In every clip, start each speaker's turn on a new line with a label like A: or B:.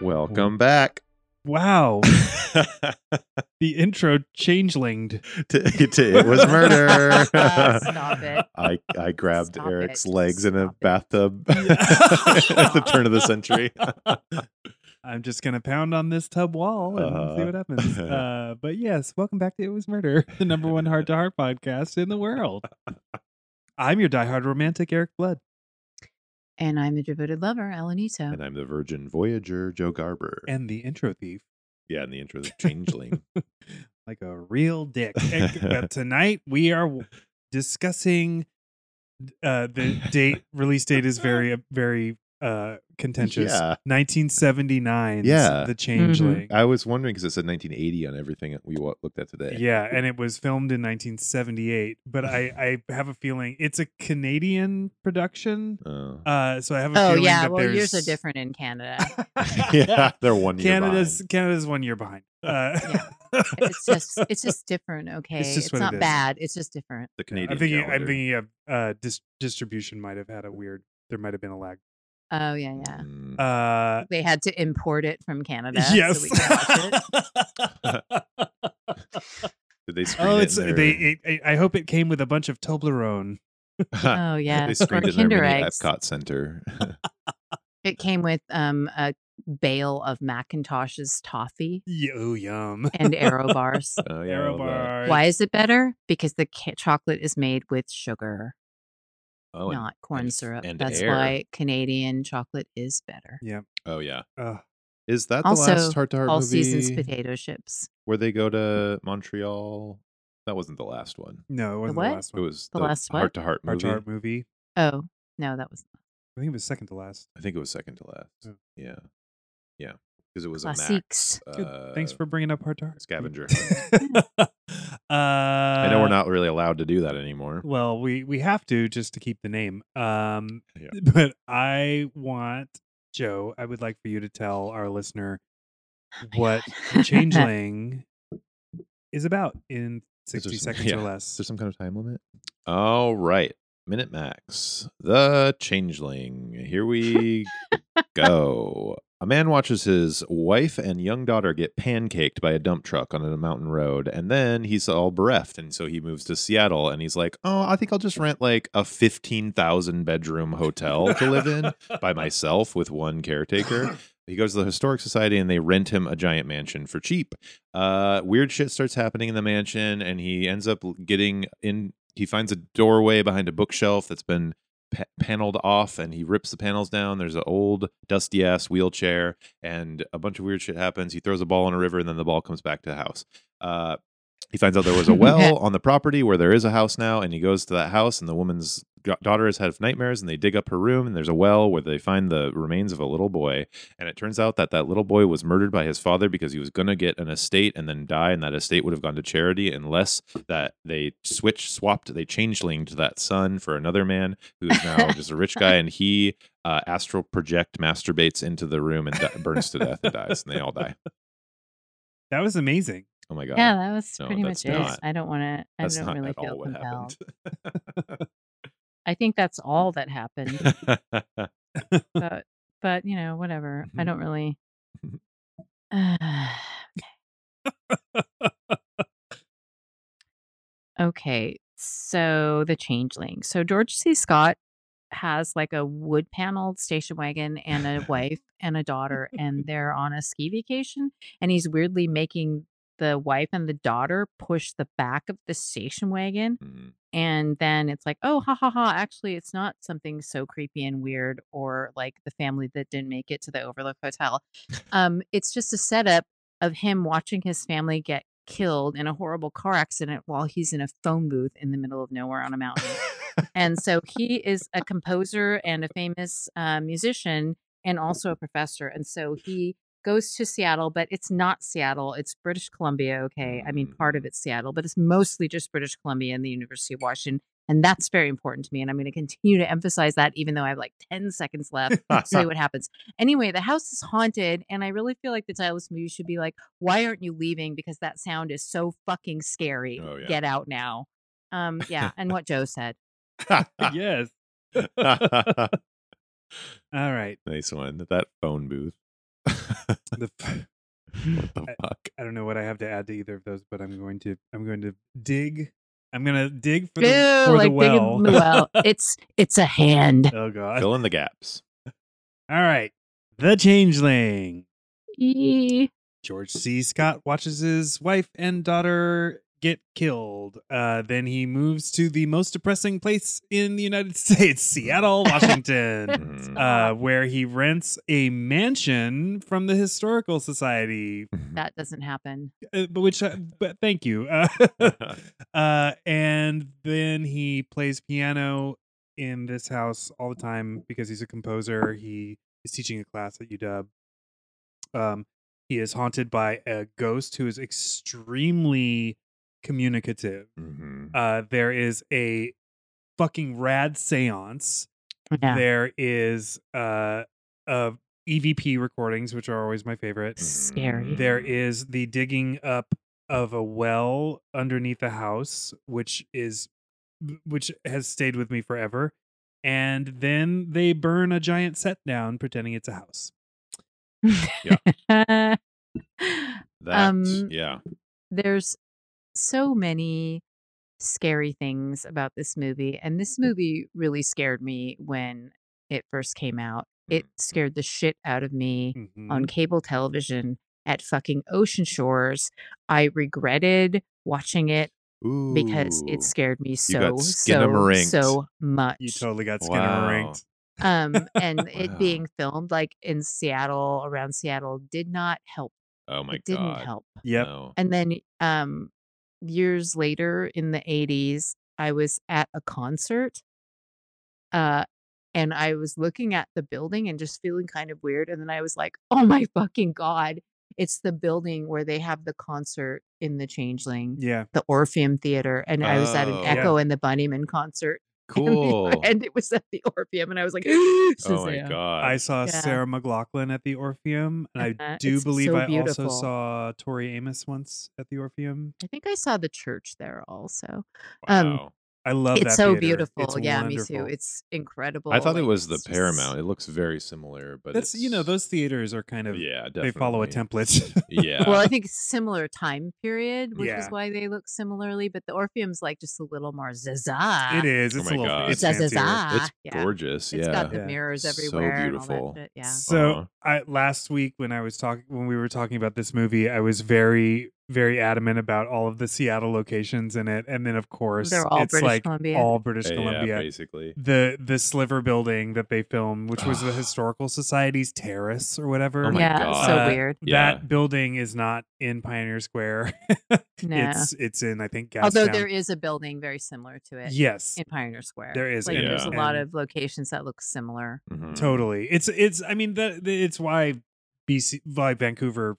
A: Welcome back.
B: Wow.
A: to,
B: the intro changelinged.
A: to it was murder.
C: Stop it.
A: I, I grabbed
C: Stop
A: Eric's
C: it.
A: legs in a
C: Stop it.
A: bathtub at the turn of the century.
B: I'm just gonna pound on this tub wall and see
A: Uh.
B: what happens. Uh, but yes, welcome back to It Was Murder, the number one heart to heart podcast in the world. I'm your diehard romantic, Eric Blood.
C: And I'm a devoted lover, Elenito.
A: and I'm the Virgin Voyager, Joe Garber.
B: and the intro thief
A: yeah, and the intro is Changeling.
B: like a real dick. And- but tonight we are w- discussing uh, the date release date is very very uh, contentious.
A: Yeah.
B: 1979.
A: Yeah.
B: the Changeling.
A: I was wondering because it said 1980 on everything that we wa- looked at today.
B: Yeah, and it was filmed in 1978. But I, I have a feeling it's a Canadian production.
A: Oh.
B: Uh, so I have a
C: Oh
B: feeling
C: yeah,
B: that
C: well
B: there's
C: yours are different in Canada.
A: yeah, they're one year
B: Canada's Canada's one year behind. Uh,
C: It's just it's just different. Okay, it's,
B: just what
C: not
B: it is.
C: bad. It's just different.
A: the Canadian.
B: I'm thinking I'm
A: calendar.
B: thinking of uh, dis- distribution might have had a weird. There might have been a lag.
C: Oh yeah, yeah.
A: Mm.
B: Uh,
C: They had to import it from Canada. so
B: yes.
C: we can watch it.
A: Did they screen
B: oh,
A: it
B: it's
A: in
B: they.
A: their-
B: It, I- I hope it came with a bunch of Toblerone.
C: oh yeah,
A: They
C: or
A: screened it in their
C: Kinder
A: mini
C: eggs.
A: Epcot Center.
C: It came with um a bale of Macintosh's toffee
B: Yeah, oh, yum.
C: and Arrow bars.
A: oh, yeah,
B: Arrow
A: all that.
B: bars.
C: Why is it better? Because the ca- chocolate is made with sugar,
A: Oh, and-
C: not corn
A: and-
C: syrup.
A: and
C: That's
A: air.
C: why Canadian chocolate is better.
A: oh yeah.
B: Ugh.
A: Is that
C: Also,
A: the last Heart to Heart
C: All
A: movie
C: seasons potato chips.
A: where they go to Montreal? That wasn't the last one.
B: no, it wasn't the
C: what?
B: last
A: It
B: one.
A: was
C: The last what?
A: Heart to Heart
B: Heart
A: movie.
B: to Heart movie.
C: Oh no, that was
B: I think it was second to last.
A: I think it was second to last.
B: Yeah.
A: Yeah, yeah, because it was
C: classiques.
A: a Max.
B: Good. Thanks
A: uh,
B: for bringing up Hard Target.
A: scavenger.
B: uh,
A: I know we're not really allowed to do that anymore.
B: Uh, Well, we we have to just to keep the name. Um,
A: Yeah.
B: but I want Joe. I would like for you to tell our listener
C: Oh my
B: what
C: God.
B: Changeling is about in
A: there
B: sixty
A: some-
B: seconds
A: yeah.
B: or
A: Is
B: less.
A: there some kind of time limit? All right. Minute Max, the changeling. Here we go. A man watches his wife and young daughter get pancaked by a dump truck on a mountain road, and then he's all bereft. And so he moves to Seattle and he's like, Oh, I think I'll just rent like a 15,000 bedroom hotel to live in by myself with one caretaker. He goes to the historic society and they rent him a giant mansion for cheap. Uh, weird shit starts happening in the mansion, and he ends up getting in. He finds a doorway behind a bookshelf that's been pa- paneled off, and he rips the panels down. There's an old dusty ass wheelchair, and a bunch of weird shit happens. He throws a ball in a river, and then the ball comes back to the house. Uh, he finds out there was a well on the property where there is a house now, and he goes to that house, and the woman's g- daughter has had nightmares, and they dig up her room, and there's a well where they find the remains of a little boy, and it turns out that that little boy was murdered by his father because he was going to get an estate and then die, and that estate would have gone to charity unless that they switch swapped they changelinged that son for another man who is now just a rich guy, and he uh, astral project masturbates into the room and di- burns to death and dies, and they all die.
B: That was amazing.
A: Oh my god!
C: Yeah, that was
A: No,
C: pretty
A: that's
C: much it.
A: not-
C: I don't want to. I
A: That's
C: don't
A: not
C: really
A: at all
C: feel
A: what
C: compelled.
A: happened.
C: I think that's all that happened. but but you know whatever. I don't really. okay, so the changeling. So George C. Scott has like a wood paneled station wagon and a wife and a daughter, and they're on a ski vacation, and he's weirdly making the wife and the daughter push the back of the station wagon
A: Mm.
C: and then it's like oh ha ha ha actually it's not something so creepy and weird or like the family that didn't make it to the overlook hotel um it's just a setup of him watching his family get killed in a horrible car accident while he's in a phone booth in the middle of nowhere on a mountain and so he is a composer and a famous uh, musician and also a professor and so he goes to seattle but it's not seattle it's british columbia okay i mean part of it's seattle but it's mostly just british columbia and the university of washington and that's very important to me and i'm going to continue to emphasize that even though i have like 10 seconds left to see what happens anyway the house is haunted and i really feel like the title of this movie should be like why aren't you leaving because that sound is so fucking scary
A: Oh, yeah.
C: get out now um yeah and what joe said
A: Ah.
B: yes. All right.
A: nice one. That phone booth.
B: the f-
A: what the fuck?
B: I don't know what I have to add to either of those, but I'm going to I'm going to dig. I'm gonna dig for
C: Ew,
B: the, for
C: like
B: the well.
C: big well. It's it's a hand.
B: oh god!
A: Fill in the gaps.
B: All right, the changeling.
C: Eee.
B: George C. Scott watches his wife and daughter get killed. Uh, then he moves to the most depressing place in the United States, Seattle, Washington,
A: Mhm.
B: uh, where he rents a mansion from the Historical Society.
C: That doesn't happen.
B: Uh, but which, uh, but thank you. Uh, uh, and then he plays piano in this house all the time because he's a composer. He is teaching a class at UW. Um, he is haunted by a ghost who is extremely communicative.
A: Mhm.
B: Uh, there is a fucking rad seance.
C: Yeah.
B: There is uh, uh, EVP recordings, which are always my favorite.
C: Scary.
B: There is the digging up of a well underneath the house, which is which has stayed with me forever. And then they burn a giant set down pretending it's a house.
A: That,
C: um,
A: yeah.
C: There's so many scary things about this movie, and this movie really scared me when it first came out.
B: Mm.
C: It scared the shit out of me.
B: Mm-hmm.
C: on
A: Mm-hmm.
C: cable television at fucking ocean shores i regretted watting it because
A: Ooh.
C: it scared me so
A: got
C: so
A: skinnamarinked.
C: so much
B: You totally got skin
A: Wow.
B: ranked.
C: um and it
A: Wow.
C: being filmed like in seattle around seattle did not help
A: Oh my
C: it didn't
A: god.
C: help
B: Yep.
A: No.
C: and then um years later in the 80s i was at a concert uh and i was looking at the building and just feeling kind of weird and then i was like oh my fucking god it's the building where they have the concert in the changeling
B: Yeah.
C: the orpheum theater and i was at
A: Oh.
C: an
A: Yeah.
C: echo and the bunnyman concert and they-
A: Cool.
C: and it was at the orpheum and i was like oh
A: oh my god.
B: I saw
C: Yeah.
B: Sarah McLaughlin at the Orpheum, and I
C: Uh-huh.
B: do
C: It's
B: believe
C: so
B: I also
C: beautiful.
B: saw Tori Amos once at the Orpheum.
C: i think i saw the church there also um,
A: wow.
B: I love that.
C: it's so
B: theater.
C: beautiful
B: It's
C: yeah me
B: wonderful.
C: too it's incredible
A: I thought it
C: like,
A: was the
C: it's just-
A: Paramount. It looks very similar, but
B: that's you know
A: it's-
B: those theaters are kind of
A: Yeah, definitely.
B: they follow a template.
A: Yeah.
C: Well, I think similar time period, which
B: Yeah.
C: is why they look similarly, but the Orpheum's like just a little more zaza.
B: It is.
A: Oh
B: It's
A: my
B: a little.
A: God.
B: It's
C: Zaza
B: fancier.
C: zaza.
A: it's
C: yeah.
A: gorgeous.
C: It's
A: yeah.
C: got the
B: Yeah.
C: mirrors
A: So
C: everywhere. and all that
A: beautiful.
C: shit, Yeah.
B: So
A: Uh-huh.
B: I last week when I was talking when we were talking about this movie, I was very very adamant about all of the Seattle locations in it, and then of course
C: They're all
B: it's
C: British
B: like
C: Columbia.
B: all British
A: Yeah,
B: Columbia.
A: basically.
B: the the Sliver building that they filmed, which was the Historical Society's terrace or whatever.
A: Oh my
C: yeah.
A: God.
C: So
B: Uh,
C: weird.
A: Yeah.
B: That building is not in Pioneer Square.
C: No.
B: It's it's in I think Gastown.
C: Although there is a building very similar to it
B: Yes,
C: in Pioneer Square.
B: there is,
C: Like,
A: and-
C: There's a lot
B: and-
C: of locations that look similar.
A: Mhm.
B: Totally. It's it's I mean that that- it's why BC why Vancouver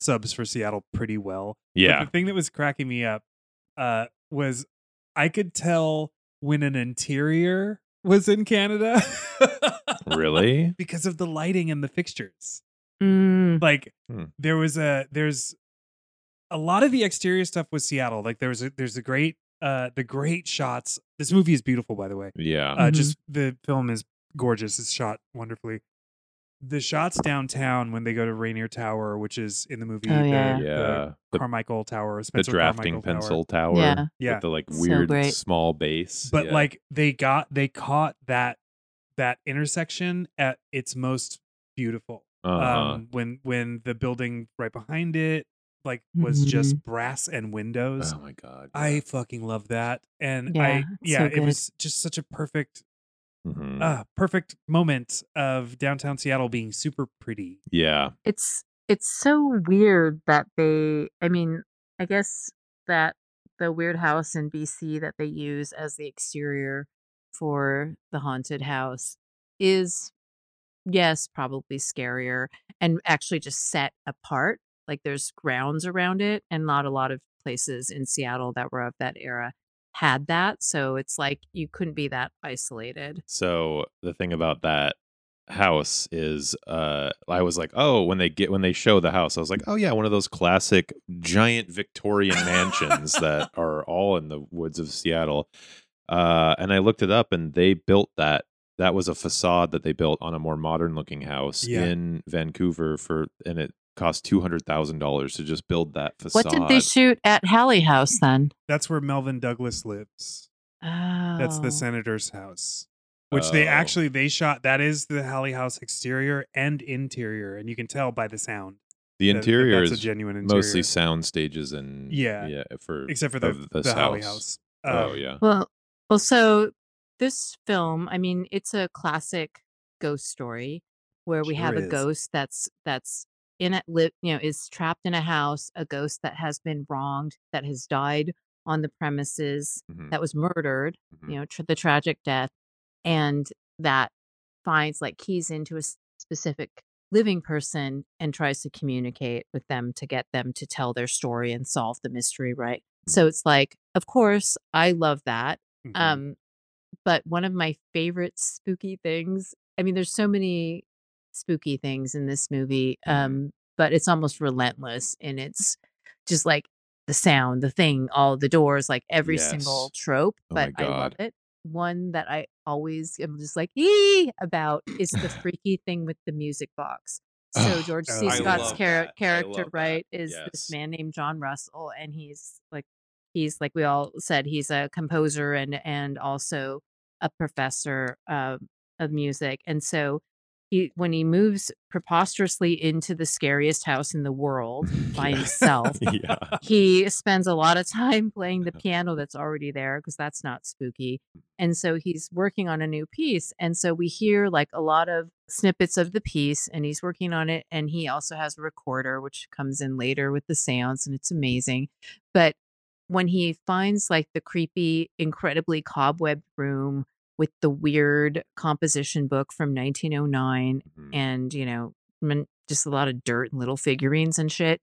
B: subs for Seattle pretty well. But
A: Yeah.
B: the thing that was cracking me up uh was I could tell when an interior was in Canada
A: really?
B: because of the lighting and the fixtures.
C: Mm.
B: Like
A: Hmm.
B: there was a there's a lot of the exterior stuff was Seattle. Like there was a, there's a great uh the great shots. This movie is beautiful by the way
A: Yeah.
C: Mm-hmm.
B: uh, just the film is gorgeous it's shot wonderfully the shots downtown when they go to rainier tower which is in the movie
C: Oh,
B: the-
A: yeah.
C: yeah.
B: the,
A: The,
B: carmichael tower
A: the
B: Spencer
A: drafting
B: Carmichael Tower.
A: pencil tower.
C: Yeah.
B: Yeah.
A: With the like
C: So
A: weird
C: great.
A: small base.
B: but
A: Yeah.
B: like they got they caught that that intersection at its most beautiful
A: Uh-huh.
B: um when when the building right behind it like was just
C: Mm-hmm.
B: brass and windows
A: oh my god.
B: i fucking love that and
C: Yeah,
B: i
C: it's so
B: yeah it
C: good.
B: was just such a perfect
A: Mhm.
B: uh, perfect moment of downtown Seattle being super pretty.
A: yeah.
C: it's it's so weird that they i mean i guess that the weird house in bc that they use as the exterior for the haunted house is yes probably scarier and actually just set apart like there's grounds around it and not a lot of places in seattle that were of that era had that so it's like you couldn't be that isolated
A: So the thing about that house is uh I was like, "Oh, when they get when they show the house, I was like, "Oh yeah, one of those classic giant Victorian mansions that are all in the woods of Seattle." Uh and I looked it up and they built that that was a facade that they built on a more modern looking house
B: Yeah.
A: in Vancouver for, and it cost two hundred thousand dollars to just build that facade.
C: What did they shoot at Hallie House then?
B: That's where Melvin Douglas lives.
C: Oh.
B: That's the senator's house, which they
A: Oh.
B: actually they shot. That is the Hallie House exterior and interior, and you can tell by the sound.
A: the
B: that- that
A: interior
B: that's
A: is
B: a genuine interior.
A: mostly sound stages and
B: Yeah.
A: yeah, for
B: except for the
A: of
B: the
A: this
B: Hallie
A: house.
B: House.
A: oh
B: Um,
A: yeah,
C: Well, well, so this film, I mean, it's a classic ghost story where we have
B: Sure
C: a
B: is.
C: ghost that's that's in a li- you know is trapped in a house, a ghost that has been wronged, that has died on the premises,
A: Mhm,
C: that was murdered,
A: mhm.
C: you know, tr the tragic death, and that finds like keys into a s- specific living person and tries to communicate with them to get them to tell their story and solve the mystery, right? So it's like, of course, I love that.
B: Mhm.
A: Mm-hmm.
C: Um, but one of my favorite spooky things, I mean, there's so many spooky things in this movie,
A: Mhm.
C: um, but it's almost relentless and it's just like the sound, the thing, all the doors, like every single
A: Yes.
C: trope,
A: Oh my
C: but I love
A: God.
C: it. One that I always am just like, ee about is the freaky thing with the music box. So
A: Oh,
C: George
B: I
C: C.
B: love
C: Scott's
B: that.
C: char-
A: I
C: character,
A: love that.
C: right, is
A: Yes.
C: this man named John Russell, and he's like he's like we all said he's a composer and and also a professor uh, of music and so he when he moves preposterously into the scariest house in the world by
A: Yeah.
C: himself
A: yeah.
C: he spends a lot of time playing the piano that's already there because that's not spooky. And so he's working on a new piece. And so we hear like a lot of snippets of the piece and he's working on it. And he also has a recorder, which comes in later with the sounds, and it's amazing. But when he finds like the creepy, incredibly cobwebbed room with the weird composition book from 1909
A: Mhm.
B: Mm-hmm.
C: and you know min- just a lot of dirt and little figurines and shit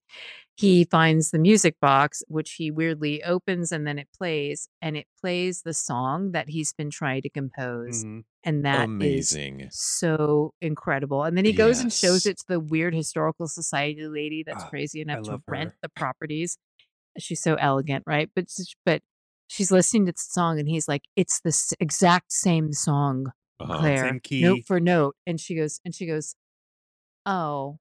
C: he finds the music box which he weirdly opens and then it plays and it plays the song that he's been trying to compose
B: Mhm.
C: and that is
A: Amazing.
C: so incredible and then he goes and
A: Yes.
C: shows it to the weird historical society lady that's
B: Ah,
C: crazy enough to
B: love
C: rent
B: her.
C: the properties she's so elegant right but s- but she's listening to the song and he's like it's the s- exact same song
A: Uh-huh.
C: Claire,
B: Same key.
C: note for note. And she goes, and she goes, oh,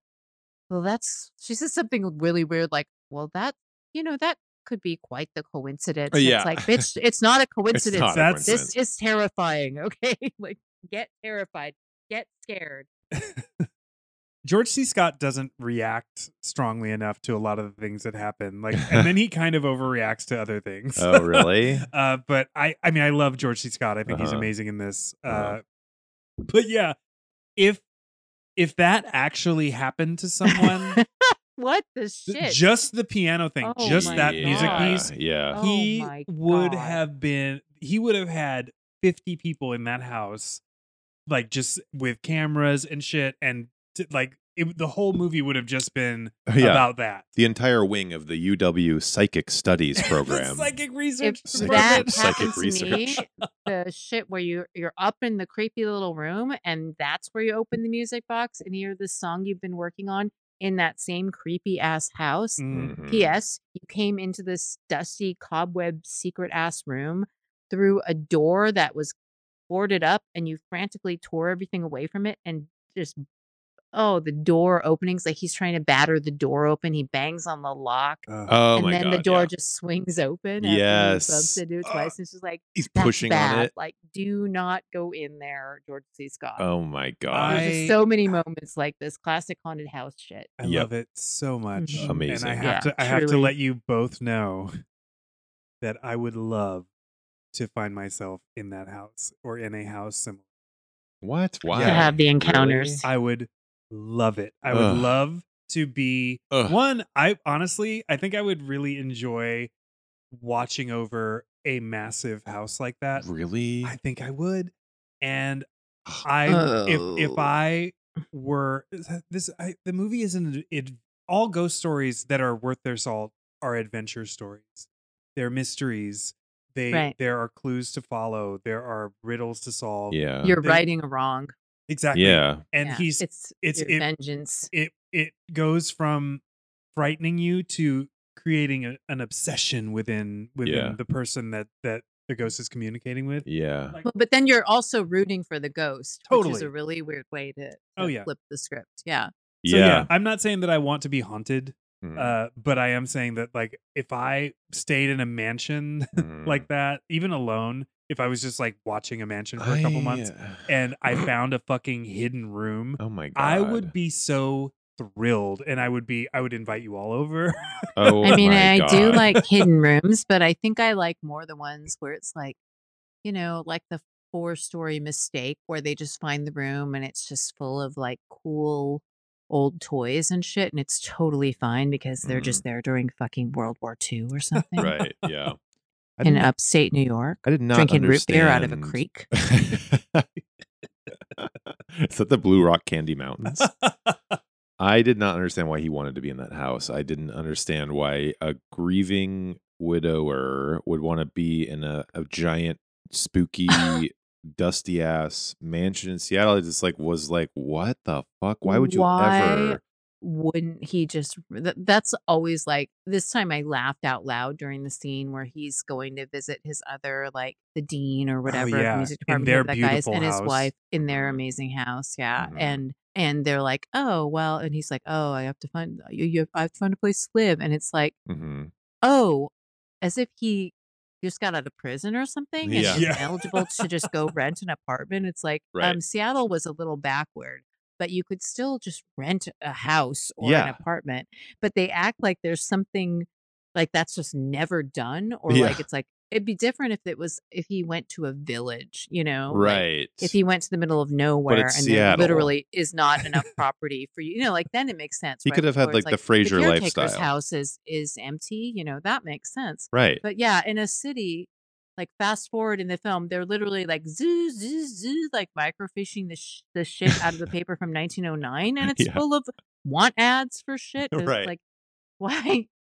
C: well, that's. She says something really weird, like, well, that you know that could be quite the coincidence. And
A: yeah.
C: It's like, bitch, it's not a
A: It's
C: coincidence.
A: not a
B: That's-
A: coincidence.
C: this is terrifying. Okay, like get terrified, get scared.
B: George C. Scott doesn't react strongly enough to a lot of the things that happen. Like, and then he kind of overreacts to other things.
A: oh really?
B: uh, but I, I mean, I love George C. Scott. I think he's
A: Uh-huh.
B: amazing in this. Uh,
A: Uh-huh.
B: But yeah, if if that actually happened to someone,
C: What the shit?
B: th- just the piano thing,
C: Oh
B: just
C: my
B: that music
A: Yeah,
B: piece,
A: Yeah.
C: Oh
B: he
C: my
B: would
C: God.
B: have been. He would have had fifty people in that house, like just with cameras and shit, and t- like it, the whole movie would have just been
C: Oh
A: Yeah.
B: about that.
A: the entire wing of the UW Psychic Studies
B: The
A: program.
B: psychic research.
C: if
A: Psychic-
C: that
B: department.
A: psychic
C: happened to me,
A: research.
C: the shit where you you're up in the creepy little room, and that's where you open the music box and hear the song you've been working on in that same creepy ass house.
B: Mm.
A: Mhm.
C: P.S. You came into this dusty cobweb secret ass room through a door that was boarded up, and you frantically tore everything away from it, and just oh, the door openings like he's trying to batter the door open. He bangs on the lock.
B: Uh,
A: Oh
C: and
A: my
C: then
A: god.
C: the door
A: yeah.
C: just swings open. Yes.
A: Yes.
C: Bumps into it
A: Ah.
C: twice. and it's just like,
A: He's
C: that's
A: pushing
C: bad.
A: on it.
C: Like, do not go in there, George C. Scott.
A: Oh my
C: There's
A: god.
B: I-
C: just so many moments like this classic haunted house shit.
B: I
A: Yep.
B: love it so much.
C: Mhm.
B: And
A: Amazing.
B: I have
C: Yeah,
B: to I have to
C: truly.
B: let you both know that I would love to find myself in that house or in a house similar.
A: What? Why?
B: To
C: have the
A: Really?
C: encounters.
B: I would love it. I would
A: Ugh.
B: love to be
A: Ugh.
B: one, I honestly I think I would really enjoy watching over a massive house like that.
A: Really?
B: I think I would. And I if if
C: Oh.
B: I were this I, the movie isn't it all ghost stories that are worth their salt are adventure stories. They're mysteries. They
C: Right.
B: there are clues to follow. There are riddles to solve.
A: Yeah.
C: You're
B: they-
C: righting a wrong.
B: Exactly.
A: yeah.
B: And
C: Yeah,
B: he's
C: it's
B: it's-
C: your
B: it-
C: vengeance.
B: it it goes from frightening you to creating a, an obsession within within
A: Yeah.
B: the person that that the ghost is communicating with.
A: Yeah.
B: Like,
C: Well, but then you're also rooting for the ghost, which is
B: Totally.
C: a really weird way to, to
B: Oh, yeah.
C: flip the script. Yeah.
B: so yeah. I'm not saying that I want to be haunted,
A: Mhm.
B: uh, but I am saying that like if I stayed in a mansion
A: Mhm.
B: Uh, like that, even alone, if I was just like watching a mansion for a couple
A: I-
B: months and I found a fucking hidden room,
A: Oh my god.
B: I would be so thrilled and I would be I would invite you all over.
A: Oh
C: I mean,
A: my
C: I do
A: God.
C: like hidden rooms, but I think I like more the ones where it's like, you know, like the four story mistake where they just find the room and it's just full of like cool old toys and shit. And it's totally fine because they're
B: Mm-hmm.
A: Mm.
C: just there during fucking World War II or something
A: Right. Yeah. I
C: in
A: did-
C: upstate New York,
A: I did not
C: uh, drinking root beer out of a
A: understand-
C: creek.
A: Is that the Blue Rock Candy Mountains? I did not understand why he wanted to be in that house. I didn't understand why a grieving widower would want to be in a, a giant, spooky, dusty ass mansion in Seattle. I just like was like, what the fuck? Why would you
C: Why
A: ever?
C: wouldn't he just th- that's always like this time i laughed out loud during the scene where he's going to visit his other like the dean or whatever of the
B: Oh, yeah,
C: music
B: in
C: department
B: their
C: whoever that guy is,
B: beautiful
C: and his
B: house. Mm-hmm.
C: wife in their
A: Mhm.
C: amazing house yeah
A: Mhm.
C: and and they're like oh well and he's like oh i have to find you, you i have to find a place to live and it's like
A: Mhm.
C: oh as if he just got out of prison or something and
A: Yeah.
C: he's
B: Yeah.
C: eligible to just go rent an apartment it's like
A: Right.
C: um seattle was a little backward but you could still just rent a house or
A: Yeah.
C: an apartment but they act like there's something like that's just never done or
A: Yeah.
C: like it's like it'd be different if it was if he went to a village you know like,
A: Right.
C: if he went to the middle of nowhere
A: it's
C: and there
A: Seattle.
C: literally is not enough property for you, you know, like then it makes sense.
A: He
C: right?
A: could have had,
C: Where
A: like,
C: it's
A: the Fraser
C: caretaker's
A: lifestyle.
C: house is is empty, you know, that makes sense.
A: right.
C: But yeah, in a city, like fast forward in the film, they're literally like zoo zoo zoo, like microfishing the sh- the shit out of the paper from 1909, and it's
A: Yeah.
C: full of want ads for shit. and it's
A: Right.
C: Like why.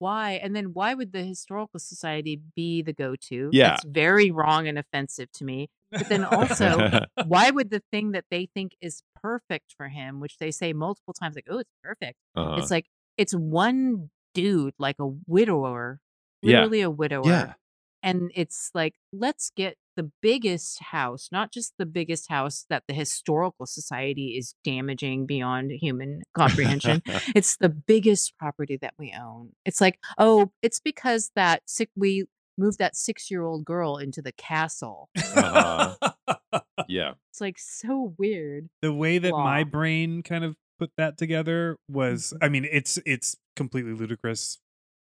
C: Why and then why would the historical society be the go-to?
A: Yeah.
C: it's very wrong and offensive to me. But then also, why would the thing that they think is perfect for him, which they say multiple times, like, oh, it's perfect,
A: Uh-huh.
C: it's like it's one dude, like a widower,
A: Yeah.
C: literally a widower.
A: yeah.
C: And it's like, let's get the biggest house, not just the biggest house that the historical society is damaging beyond human comprehension. it's the biggest property that we own. It's like, oh, it's because that sick we moved that six year old girl into the castle.
A: Uh-huh. yeah.
C: It's like so weird.
B: the way that my
C: Law.
B: brain kind of put that together was
A: Mm-hmm.
B: i mean it's it's completely ludicrous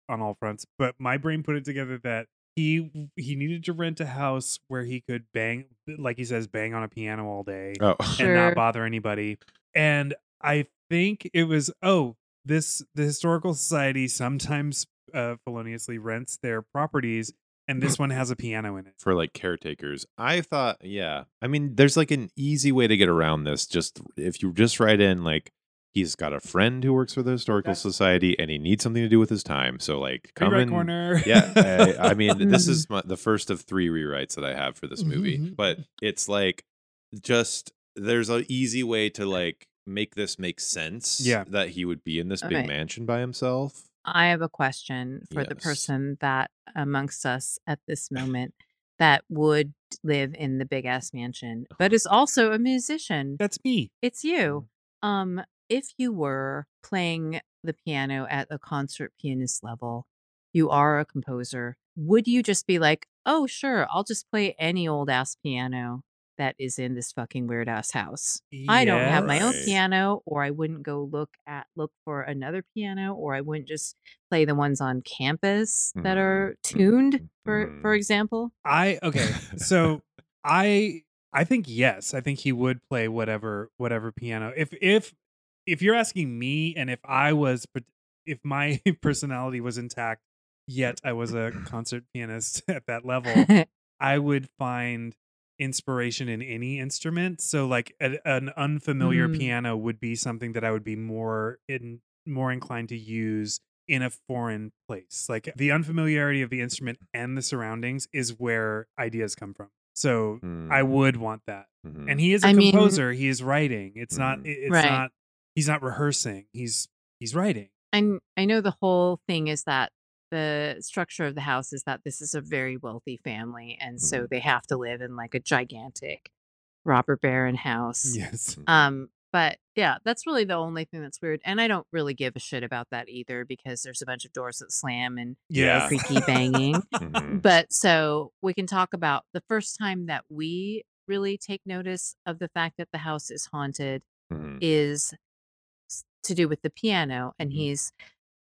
B: on all fronts but my brain put it together that he he needed to rent a house where he could bang like he says bang on a piano all day
A: Oh.
B: and not
C: Sure.
B: bother anybody and i think it was oh this the historical society sometimes uh, feloniously rents their properties and this one has a piano in it
A: for like caretakers. I thought, yeah. I mean, there's like an easy way to get around this. Just if you just write in like he's got a friend who works for the historical
B: That's-
A: society and he needs something to do with his time. So like
B: Free
A: come
B: right
A: and-
B: corner Mm-hmm.
A: yeah, I, I mean, this is my, the first of three rewrites that I have for this movie,
B: Mhm.
A: but it's like just there's an easy way to like make this make sense.
B: Yeah.
A: that he would be in this big
C: Alright.
A: mansion by himself.
C: I have a question for the
A: Yes.
C: person that amongst us at this moment that would live in the big ass mansion, but is also a musician.
B: that's me
C: It's you. Um, if you were playing the piano at a concert pianist level, you are a composer. Would you just be like, "Oh, sure, I'll just play any old ass piano that is in this fucking weird ass house"? I don't have my own
A: Yes.
C: piano, or I wouldn't go look at look for another piano, or I wouldn't just play the ones on campus that
A: Mhm,
C: are
A: mhm,
C: tuned, for
A: mhm.
C: for example.
B: I okay. So I I think yes. I think he would play whatever whatever piano. If if if you're asking me and if I was but if my personality was intact, yet I was a concert pianist at that level, I would find inspiration in any instrument. So like a, an unfamiliar
C: Mm.
B: piano would be something that I would be more in more inclined to use in a foreign place. Like the unfamiliarity of the instrument and the surroundings is where ideas come from. So
A: Mm-hmm.
B: I would want that.
A: Mhm.
B: And he is a
C: Mm. I mean- Mm.
B: composer. he is writing. It's not.
A: Mhm.
B: it- It's
C: Right.
B: not. He's not rehersing. He's he's writing.
C: and I know the whole thing is that the structure of the house is that this is a very wealthy family and so they have to live in like a gigantic robber baron house
B: Yes.
C: um, but yeah, that's really the only thing that's weird. And I don't really give a shit about that either because there's a bunch of doors that slam and
B: Yeah.
C: creaky banging.
A: Mhm.
C: But so we can talk about the first time that we really take notice of the fact that the house is haunted
A: Mhm.
C: is s- to do with the piano and
A: Mhm.
C: he's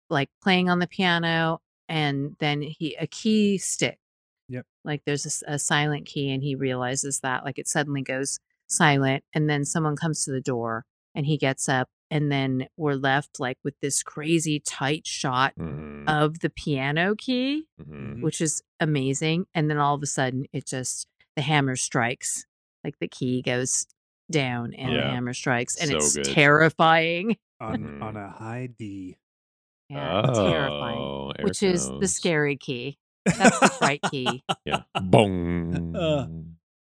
C: like playing on the piano and then he a key stick
B: Yep.
C: like there's a, s- a silent key and he realizes that like it suddenly goes silent and then someone comes to the door and he gets up and then we're left like with this crazy tight shot
A: Mhm.
C: of the piano key
A: Mhm.
C: which is amazing and then all of a sudden it just the hammer strikes like the key goes down and the
A: Yeah.
C: hammer strikes and
A: So
C: it's
A: good.
C: terrifying
B: on
A: Mhm.
C: Mm.
B: on a high D.
C: yeah it's terrifying
A: Oh, here
C: which
A: it
C: is the
A: comes.
C: scary key that's the fright key
A: Yeah. Bong.
C: Uh.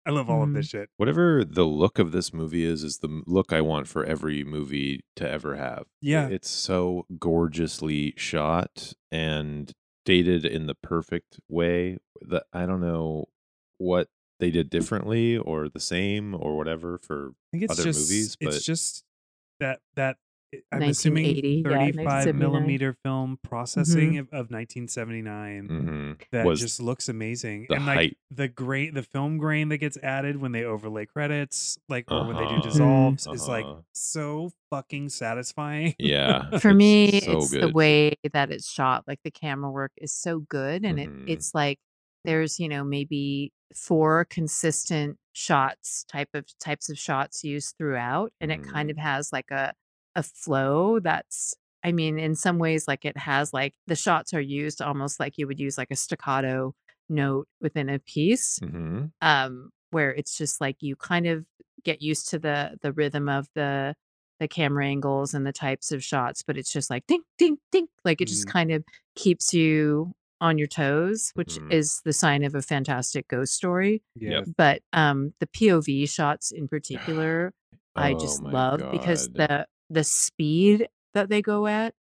B: I love all of
C: Mm.
B: this shit.
A: Whatever the look of this movie is, is the m- look I want for every movie to ever have.
B: Yeah.
A: It's so gorgeously shot and dated in the perfect way that I don't know what they did differently or the same or whatever for
B: I think it's
A: other
B: just
A: movies, but-
B: it's just that that it- I'm assuming
C: 1980, yeah,
B: 35
C: 1979.
B: millimeter film processing of, of 1979
A: Mhm.
B: that
A: Was
B: just looks amazing
A: the
B: and like
A: height.
B: the grain the film grain that gets added when they overlay credits like or when they do
A: Uh-huh.
B: dissolves is like
A: Uh-huh.
B: so fucking satisfying.
A: yeah.
C: for
A: it's
C: me
A: so
C: it's the
A: good.
C: way that it's shot like the camera work is so good and
A: Mhm.
C: it, it's like there's you know maybe four consistent shots type of types of shots used throughout and it kind
A: Mhm.
C: of has like a a flow that's i mean in some ways like it has like the shots are used almost like you would use like a staccato note within a piece
A: Mhm.
C: um where it's just like you kind of get used to the the rhythm of the the camera angles and the types of shots but it's just like ding ding ding like it just
B: Mm.
C: kind of keeps you on your toes which
A: Mhm.
C: is the sign of a fantastic ghost story
B: Yeah.
C: but um the pov shots in particular i
A: Oh
C: just
A: my
C: love because
A: God.
C: the the speed that they go at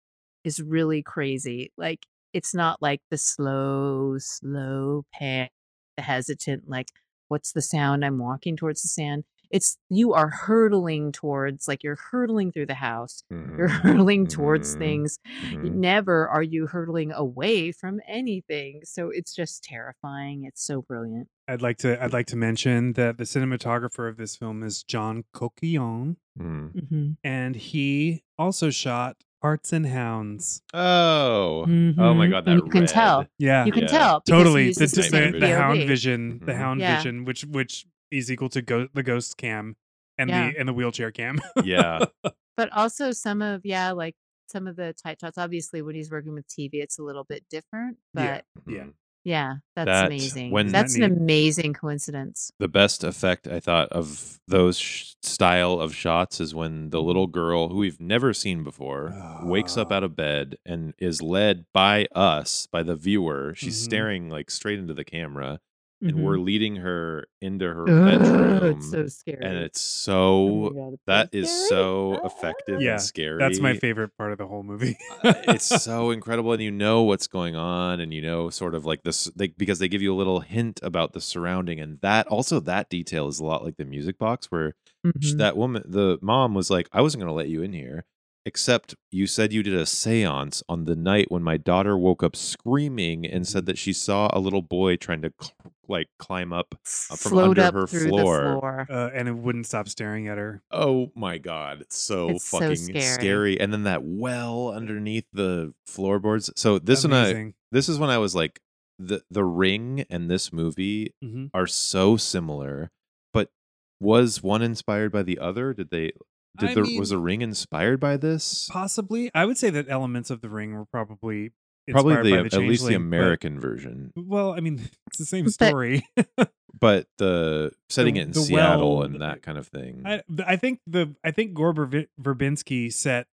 C: is really crazy like it's not like the slow slow pan the hesitant like what's the sound i'm walking towards the sand it's you are hurtling towards like you're hurtling through the house you're
A: Mhm.
C: hurtling towards
A: Mhm.
C: things
A: Mhm.
C: y- never are you hurtling away from anything so it's just terrifying it's so brilliant
B: I'd like to I'd like to mention that the cinematographer of this film is John Coquillon
A: Mhm.
C: mm-hmm.
B: and he also shot Hearts and Hounds.
A: Oh. Oh my
C: Mhm.
A: god, that
C: And you can
A: red.
C: tell.
B: Yeah.
C: you can
A: Yeah.
C: tell because he
B: totally the,
C: uses the,
B: the,
A: same
B: the hound
C: POV.
B: vision the
A: Mhm.
B: hound
C: Yeah.
B: vision which which is equal to go, the ghost cam and
C: Yeah.
B: the and the wheelchair cam
A: Yeah.
C: but also some of yeah like some of the tight shots obviously when he's working with tv it's a little bit different
B: Yeah.
C: but
B: Yeah.
A: Mhm.
C: yeah, that's
A: That-
C: amazing
A: when- Isn't
B: that
C: that's an
B: neat?
C: amazing coincidence
A: The best effect I thought of those sh- style of shots is when the little girl who we've never seen before wakes up
B: Ah.
A: out of bed and is led by us, by the viewer. She's
B: Mhm.
A: staring like straight into the camera and
C: Mhm.
A: we're leading her into her
B: Mm-hmm.
C: Ugh,
A: bedroom.
C: it's so scary
A: and it's
C: Oh my
A: so
C: God, it's
A: that is
C: scary.
A: so
C: Ah,
A: effective
B: Yeah,
A: and scary.
B: that's my favorite part of the whole movie
A: Uh, it's so incredible and you know what's going on and you know sort of like this they, because they give you a little hint about the surrounding and that also that detail is a lot like the music box where sh
C: Mhm.
A: that woman the mom was like i wasn't going to let you in here except you said you did a seance on the night when my daughter woke up screaming and
C: Mm-hmm.
A: said that she saw a little boy trying to cl- like climb up from
C: float
A: under
C: up
A: her
C: through
A: floor.
C: the floor
B: uh, and it wouldn't stop staring at her
A: Oh my god, so
C: It's so
A: fucking
C: scary.
A: And then that well underneath the floorboards. So this one I
B: Amazing.
A: this is when I was like the the ring and this movie
B: Mhm.
A: are so similar, but was one inspired by the other? Did they did
B: I
A: there
B: mean-
A: was a ring inspired by this?
B: possibly i would say that elements of the ring were probably
A: Probably
B: inspired by
A: the,
B: the
A: at least the
B: Changeling, but-
A: American version.
B: well i mean it's the same
C: But-
B: story
A: But the setting it in
B: the
A: Seattle
B: well-
A: and that kind of thing.
B: I, th- I think the I think Gore Verbi- Verbinski set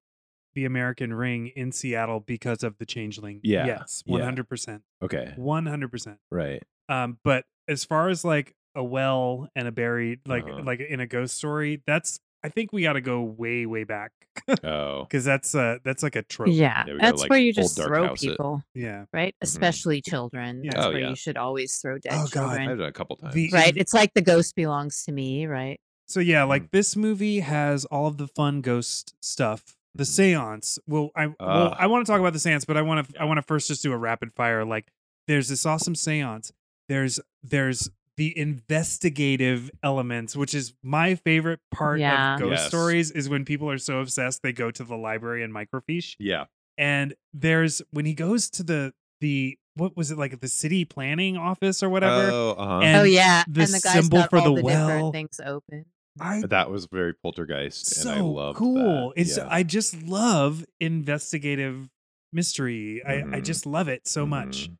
B: the American Ring in Seattle because of the Changeling.
A: Yeah,
B: Yes.
A: yeah.
B: One hundred percent.
A: okay.
B: One hundred percent.
A: Right.
B: Um, but as far as like a well and a buried, like
A: Uh-huh.
B: like in a ghost story, that's I think we got to go way way back
A: Oh,
B: because that's uh that's like a trope.
C: Yeah,
A: Yeah, we gotta,
C: that's
A: like,
C: where you
A: old
C: just
A: dark
C: throw
A: house it.
C: people,
B: Yeah.
C: right? Especially children.
B: Yeah.
C: That's
A: Oh,
C: where
A: yeah.
C: you should always throw dead
B: Oh, God,
A: I've
C: children.
A: done it a couple times.
B: The-
C: Right? It's like the ghost belongs to me, right?
B: So yeah, like this movie has all of the fun ghost stuff. The
A: Mhm.
B: séance. Well, I well,
A: Ah.
B: I want to talk about the séance, but I want to I want to first just do a rapid fire like there's this awesome séance. There's there's the investigative elements, which is my favorite part
C: Yeah.
B: of ghost
A: Yes.
B: stories is when people are so obsessed they go to the library and microfiche.
A: yeah.
B: And there's when he goes to the the what was it like the city planning office or whatever.
A: Oh, uh-huh.
B: And
C: oh yeah,
B: the
C: and the guy's
B: symbol
C: got
B: for
C: all
B: the
C: the,
B: well.
C: different things open.
B: I
A: that was very poltergeist,
B: so
A: and I love
B: cool.
A: That.
B: It's uh,
A: yeah.
B: I just love investigative mystery. I, I
A: Mhm.
B: just love it so much.
A: Mhm.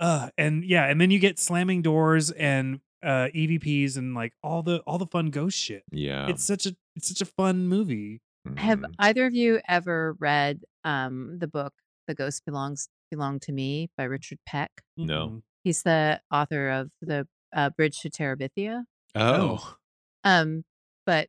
B: Uh, and yeah, and then you get slamming doors and uh, EVPs and like all the all the fun ghost shit.
A: Yeah.
B: It's such a it's such a fun movie.
C: Have
B: Mm-hmm.
A: Mhm.
C: either of you ever read um the book "The Ghost Belongs Belong to Me" by Richard Peck?
A: No.
B: Mhm.
C: He's the author of the uh, Bridge to Terabithia.
A: Oh.
C: Um, but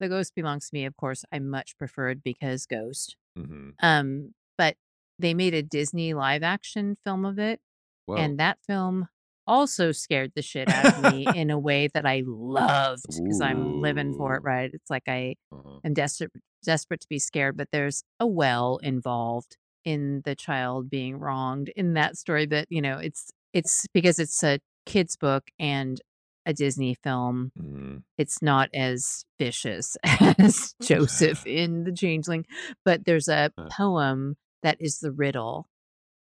C: the ghost belongs to me, of course. I much preferred because ghost.
A: Mm-hmm.
C: Um, but they made a Disney live action film of it,
A: Whoa.
C: and that film also scared the shit out of me in a way that I loved because I'm living for it.
A: Ooh.
C: Right? It's like I
A: Uh-huh.
C: am desperate desperate to be scared, but there's a well involved in the child being wronged in that story. But you know, it's it's because it's a kids book and a Disney film
A: Mhm.
C: it's not as vicious as Joseph in The Changeling, but there's a
A: Uh.
C: poem that is the riddle.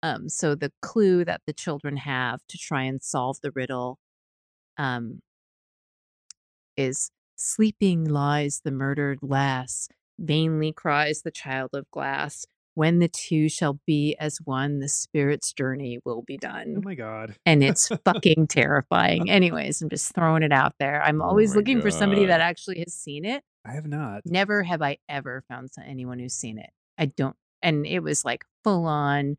C: Um, so the clue that the children have to try and solve the riddle um, is sleeping lies the murdered lass, vainly cries the child of glass. When the two shall be as one, the spirit's journey will be done
B: Oh my god.
C: and it's fucking terrifying. Anyways, I'm just throwing it out there. I'm
A: Oh
C: always
A: my
C: looking for somebody
A: God.
C: that actually has seen it.
B: I have not.
C: Never have I ever found so- anyone who's seen it. I don't, and it was like full on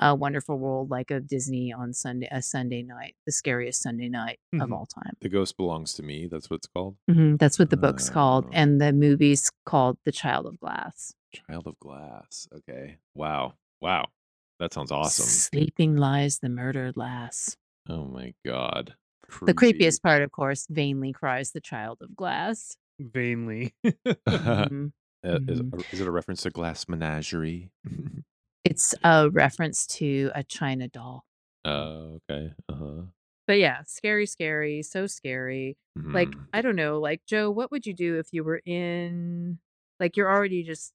C: a wonderful world like of Disney on Sunday, a Sunday night, the scariest Sunday night of
A: Mm-hmm.
B: Mhm.
C: all time.
A: The ghost belongs to me. That's what it's called.
C: Mhm, That's what the book's called,
A: Oh.
C: and the movie's called The Child of Glass.
A: Child of Glass. Okay. Wow. Wow. That sounds awesome.
C: Sleeping lies the murdered lass.
A: Oh my god.
C: The
A: Creepy.
C: creepiest part, of course, vainly cries the child of glass.
B: Vainly.
A: Uh,
C: Mhm.
A: is,
C: Mhm.
A: is it a reference to Glass Menagerie?
C: It's a reference to a China doll.
A: Oh, okay. Uh huh.
C: But yeah, scary, scary, so scary. Like,
A: Mm-hmm. Mm.
C: I don't know, like, Joe, what would you do if you were in, like, you're already just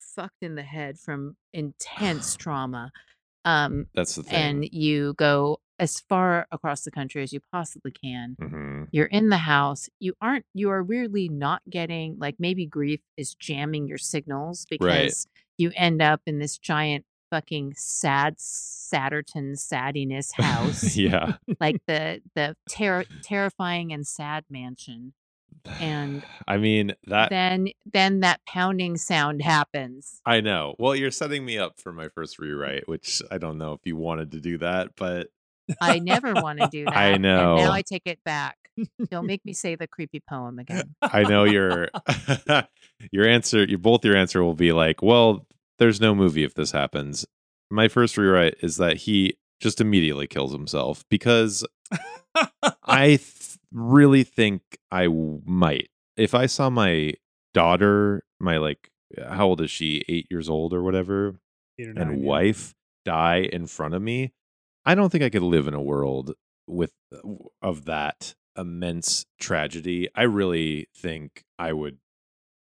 C: fucked in the head from intense trauma. Um,
A: that's the thing.
C: and you go as far across the country as you possibly can.
A: hmm
C: You're in the house. You aren't, you are weirdly not getting, like, maybe grief is jamming your signals because you end up in this giant fucking sad Satterton sadiness house
A: yeah.
C: like the the terror terrifying and sad mansion And
A: I mean that.
C: then then that pounding sound happens
A: I know. Well, you're setting me up for my first rewrite, which I don't know if you wanted to do that, but
C: i never want to do that
A: I
C: and
A: know.
C: now i take it back don't make me say the creepy poem again
A: I know your your answer. Your both your answer will be like, well, there's no movie if this happens. My first rewrite is that he just immediately kills himself because I th- really think I w- might. If I saw my daughter, my like, how old is she? Eight years old or whatever,
B: Eight or
A: and
B: nine, yeah.
A: wife die in front of me. I don't think I could live in a world with uh, of that immense tragedy. I really think I would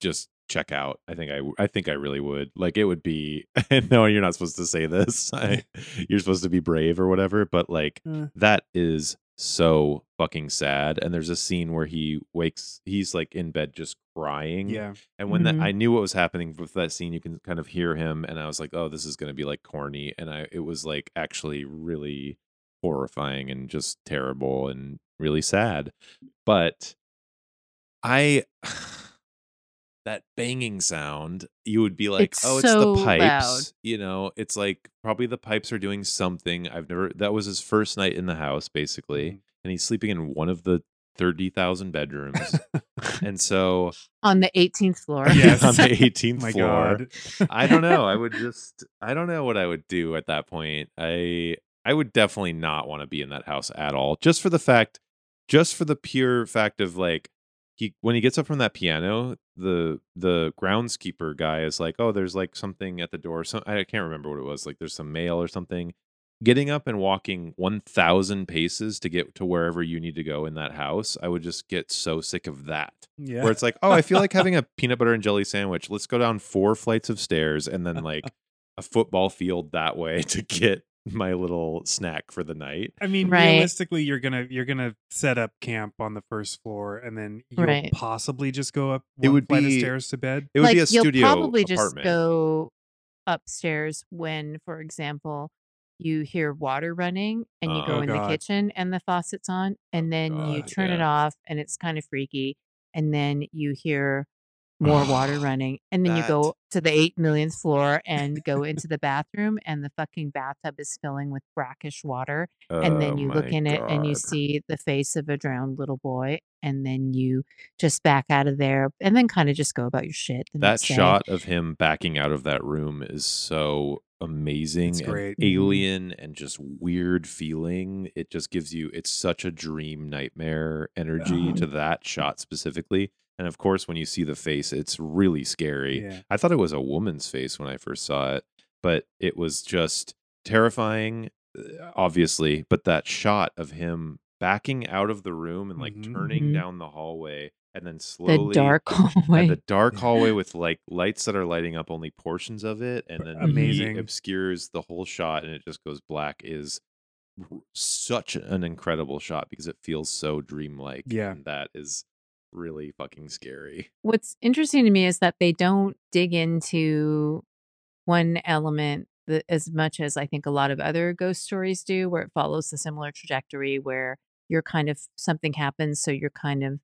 A: just check out. I think I I think I really would. Like it would be no, you're not supposed to say this. I, you're supposed to be brave or whatever, but like
B: Uh.
A: that is so fucking sad. And there's a scene where he wakes he's like in bed just crying.
B: Yeah.
A: And when
C: Mhm.
A: that I knew what was happening with that scene, you can kind of hear him, and I was like, "Oh, this is going to be like corny," and I it was like actually really horrifying and just terrible and really sad. But I that banging sound, you would be like,
C: It's
A: "Oh,
C: so
A: it's the pipes,"
C: loud.
A: you know. It's like probably the pipes are
C: Mm-hmm.
A: doing something. I've never. That was his first night in the house, basically,
B: Mhm.
A: and he's sleeping in one of the thirty thousand bedrooms, and so
C: on the 18th floor.
B: Yes. Oh
A: on the 18th
B: My
A: floor.
B: God.
A: I don't know. I would just I don't know what I would do at that point. I I would definitely not want to be in that house at all. Just for the fact just for the pure fact of like he when he gets up from that piano, the the groundskeeper guy is like, "Oh, there's like something at the door. Some I can't remember what it was. Like there's some mail or something." Getting up and walking 1000 paces to get to wherever you need to go in that house, I would just get so sick of that
B: Yeah.
A: where it's like, oh, I feel like having a peanut butter and jelly sandwich. Let's go down four flights of stairs and then like a football field that way to get my little snack for the night.
B: I mean,
C: Right.
B: realistically, you're gonna you're gonna set up camp on the first floor, and then you'll
C: Right.
B: possibly just go up
A: It
B: one
A: would
B: flight
A: be-
B: of stairs to bed.
A: It would
C: like
A: be a studio
C: you'll probably
A: apartment.
C: just go upstairs when, for example, you hear water running and you
A: Oh,
C: go in
B: God.
C: the kitchen and the faucet's on, and then you
A: God,
C: turn it
A: yeah.
C: off and it's kind of freaky, and then you hear more water running, and then you
A: That-
C: go to the eight millionth floor and go into the bathroom, and the fucking bathtub is filling with brackish water, and
A: Oh
C: then you look
A: my
C: in it and you
A: God.
C: see the face of a drowned little boy and then you just back out of there and then kind of just go about your shit the
A: that
C: next day.
A: shot of him backing out of that room is so amazing
B: It's
A: and
B: great. Mm-hmm.
C: Mhm.
A: alien and just weird feeling it just gives you it's such a dream nightmare energy to that shot specifically and of course when you see the face it's really scary
B: Yeah.
A: I thought it was a woman's face when I first saw it, but it was just terrifying, uh, obviously. But that shot of him backing out of the room and like
B: Mhm.
A: turning
C: Mhm.
A: down the hallway and then
C: the
A: slowly
C: dark hallway
A: and the dark hallway with like lights that are lighting up only portions of it, and then he
B: Amazing.
A: obscures the whole shot and it just goes black is r- such an incredible shot because it feels so dreamlike.
B: Yeah.
A: and that is really fucking scary.
C: what's interesting to me is that they don't dig into one element that, as much as I think a lot of other ghost stories do, where it follows the similar trajectory where you're kind of something happens, so you're kind of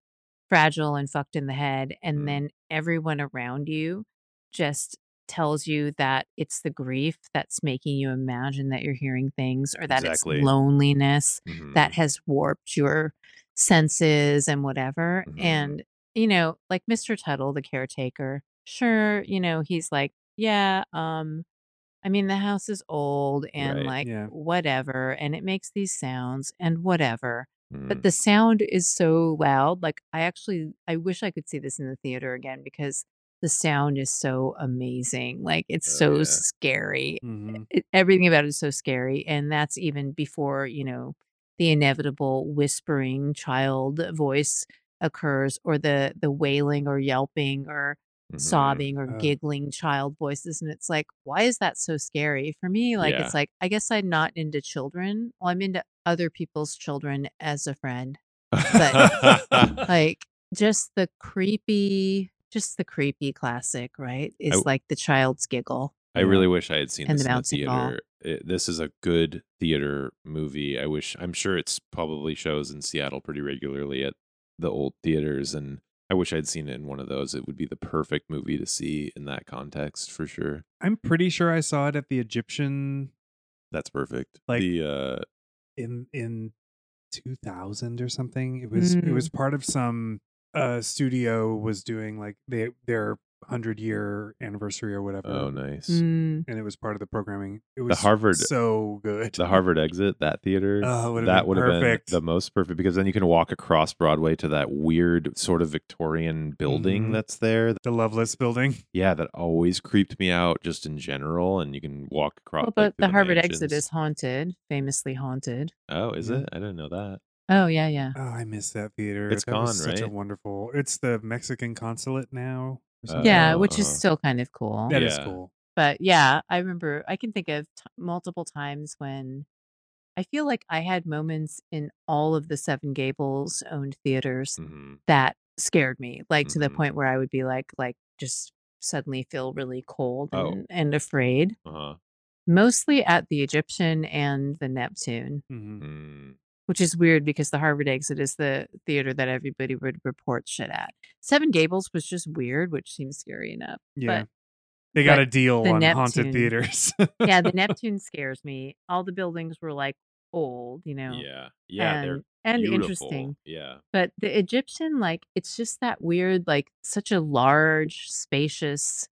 C: fragile and fucked in the head, and
A: Mm.
C: then everyone around you just tells you that it's the grief that's making you imagine that you're hearing things or that
A: Exactly.
C: it's loneliness
A: Mhm.
C: that has warped your senses and whatever.
A: Mhm.
C: And, you know, like Mr. Tuttle, the caretaker, sure, you know, he's like, yeah, um, I mean, the house is old and
A: Right.
C: like
B: Yeah.
C: whatever, and it makes these sounds and whatever.
A: Mhm.
C: But the sound is so loud. Like, I actually, I wish I could see this in the theater again because the sound is so amazing. Like, it's
A: Oh,
C: so
A: yeah.
C: scary
B: Mhm.
C: it, e, everything about it is so scary and that's even before you know the inevitable whispering child voice occurs or the the wailing or yelping or
A: Mhm.
C: sobbing or
B: Uh.
C: giggling child voices and it's like why is that so scary for me like
A: Yeah.
C: it's like i guess i'm not into children well i'm into other people's children as a friend
B: but-
C: like just the creepy just the creepy classic right it's
A: w-
C: like the child's giggle
A: I
B: Yeah.
A: really wish I had seen
C: And
A: this
C: the
A: in the
C: bouncing ball.
A: theater. It- this is a good theater movie. I wish. I'm sure it's probably shows in Seattle pretty regularly at the old theaters, and I wish I'd seen it in one of those. It would be the perfect movie to see in that context for sure.
B: I'm pretty sure I saw it at the Egyptian
A: That's perfect.
B: Like-
A: the uh,
B: in in 2000 or something. It was it was
C: Mm.
B: part of some uh studio was doing like they their hundred year anniversary or whatever.
A: oh nice,
C: Mm.
B: And it was part of the programming. It
A: the
B: was
A: Harvard,
B: so good.
A: the Harvard exit. That theater.
B: Oh, it would've
A: that
B: been
A: would have been
B: perfect.
A: the most perfect because then you can walk across Broadway to that weird sort of Victorian building
B: Mhm.
A: that's there
B: the Loveless building.
A: yeah, that always creeped me out just in general. And you can walk across.
C: Well,
A: like,
C: but
A: through
C: the Harvard exit
A: mansions.
C: is mm-hmm. haunted, famously haunted.
A: Oh, is
B: Yeah.
A: it? I didn't know that.
C: Oh yeah, yeah.
B: Oh, I miss that theater.
A: It's
B: that was
A: gone,
B: such a
A: right?
B: wonderful. It's the Mexican consulate now. or something.
C: yeah,
A: Oh,
C: which is
A: uh-huh.
C: still kind of cool.
B: That is
A: Yeah.
B: cool.
C: But yeah, I remember I can think of t- multiple times when I feel like I had moments in all of the Seven Gables owned theaters
A: hmm
C: that scared me, like to the
A: Mhm.
C: point where I would be like like just suddenly feel really cold and,
A: Oh.
C: and afraid,
A: Uh-huh.
C: mostly at the Egyptian and the Neptune.
B: Mhm.
A: Mm.
C: which is weird because the Harvard exit is the theater that everybody would report shit at. Seven Gables was just weird, which seems scary enough.
B: Yeah. they got
C: but
B: a deal
C: the
B: on haunted
C: Neptune-
B: theaters.
C: Yeah, the Neptune scares me. All the buildings were like old, you know.
A: Yeah. Yeah. they're
C: and, and
A: beautiful.
C: interesting.
A: Yeah.
C: But the Egyptian, like, it's just that weird, like, such a large, spacious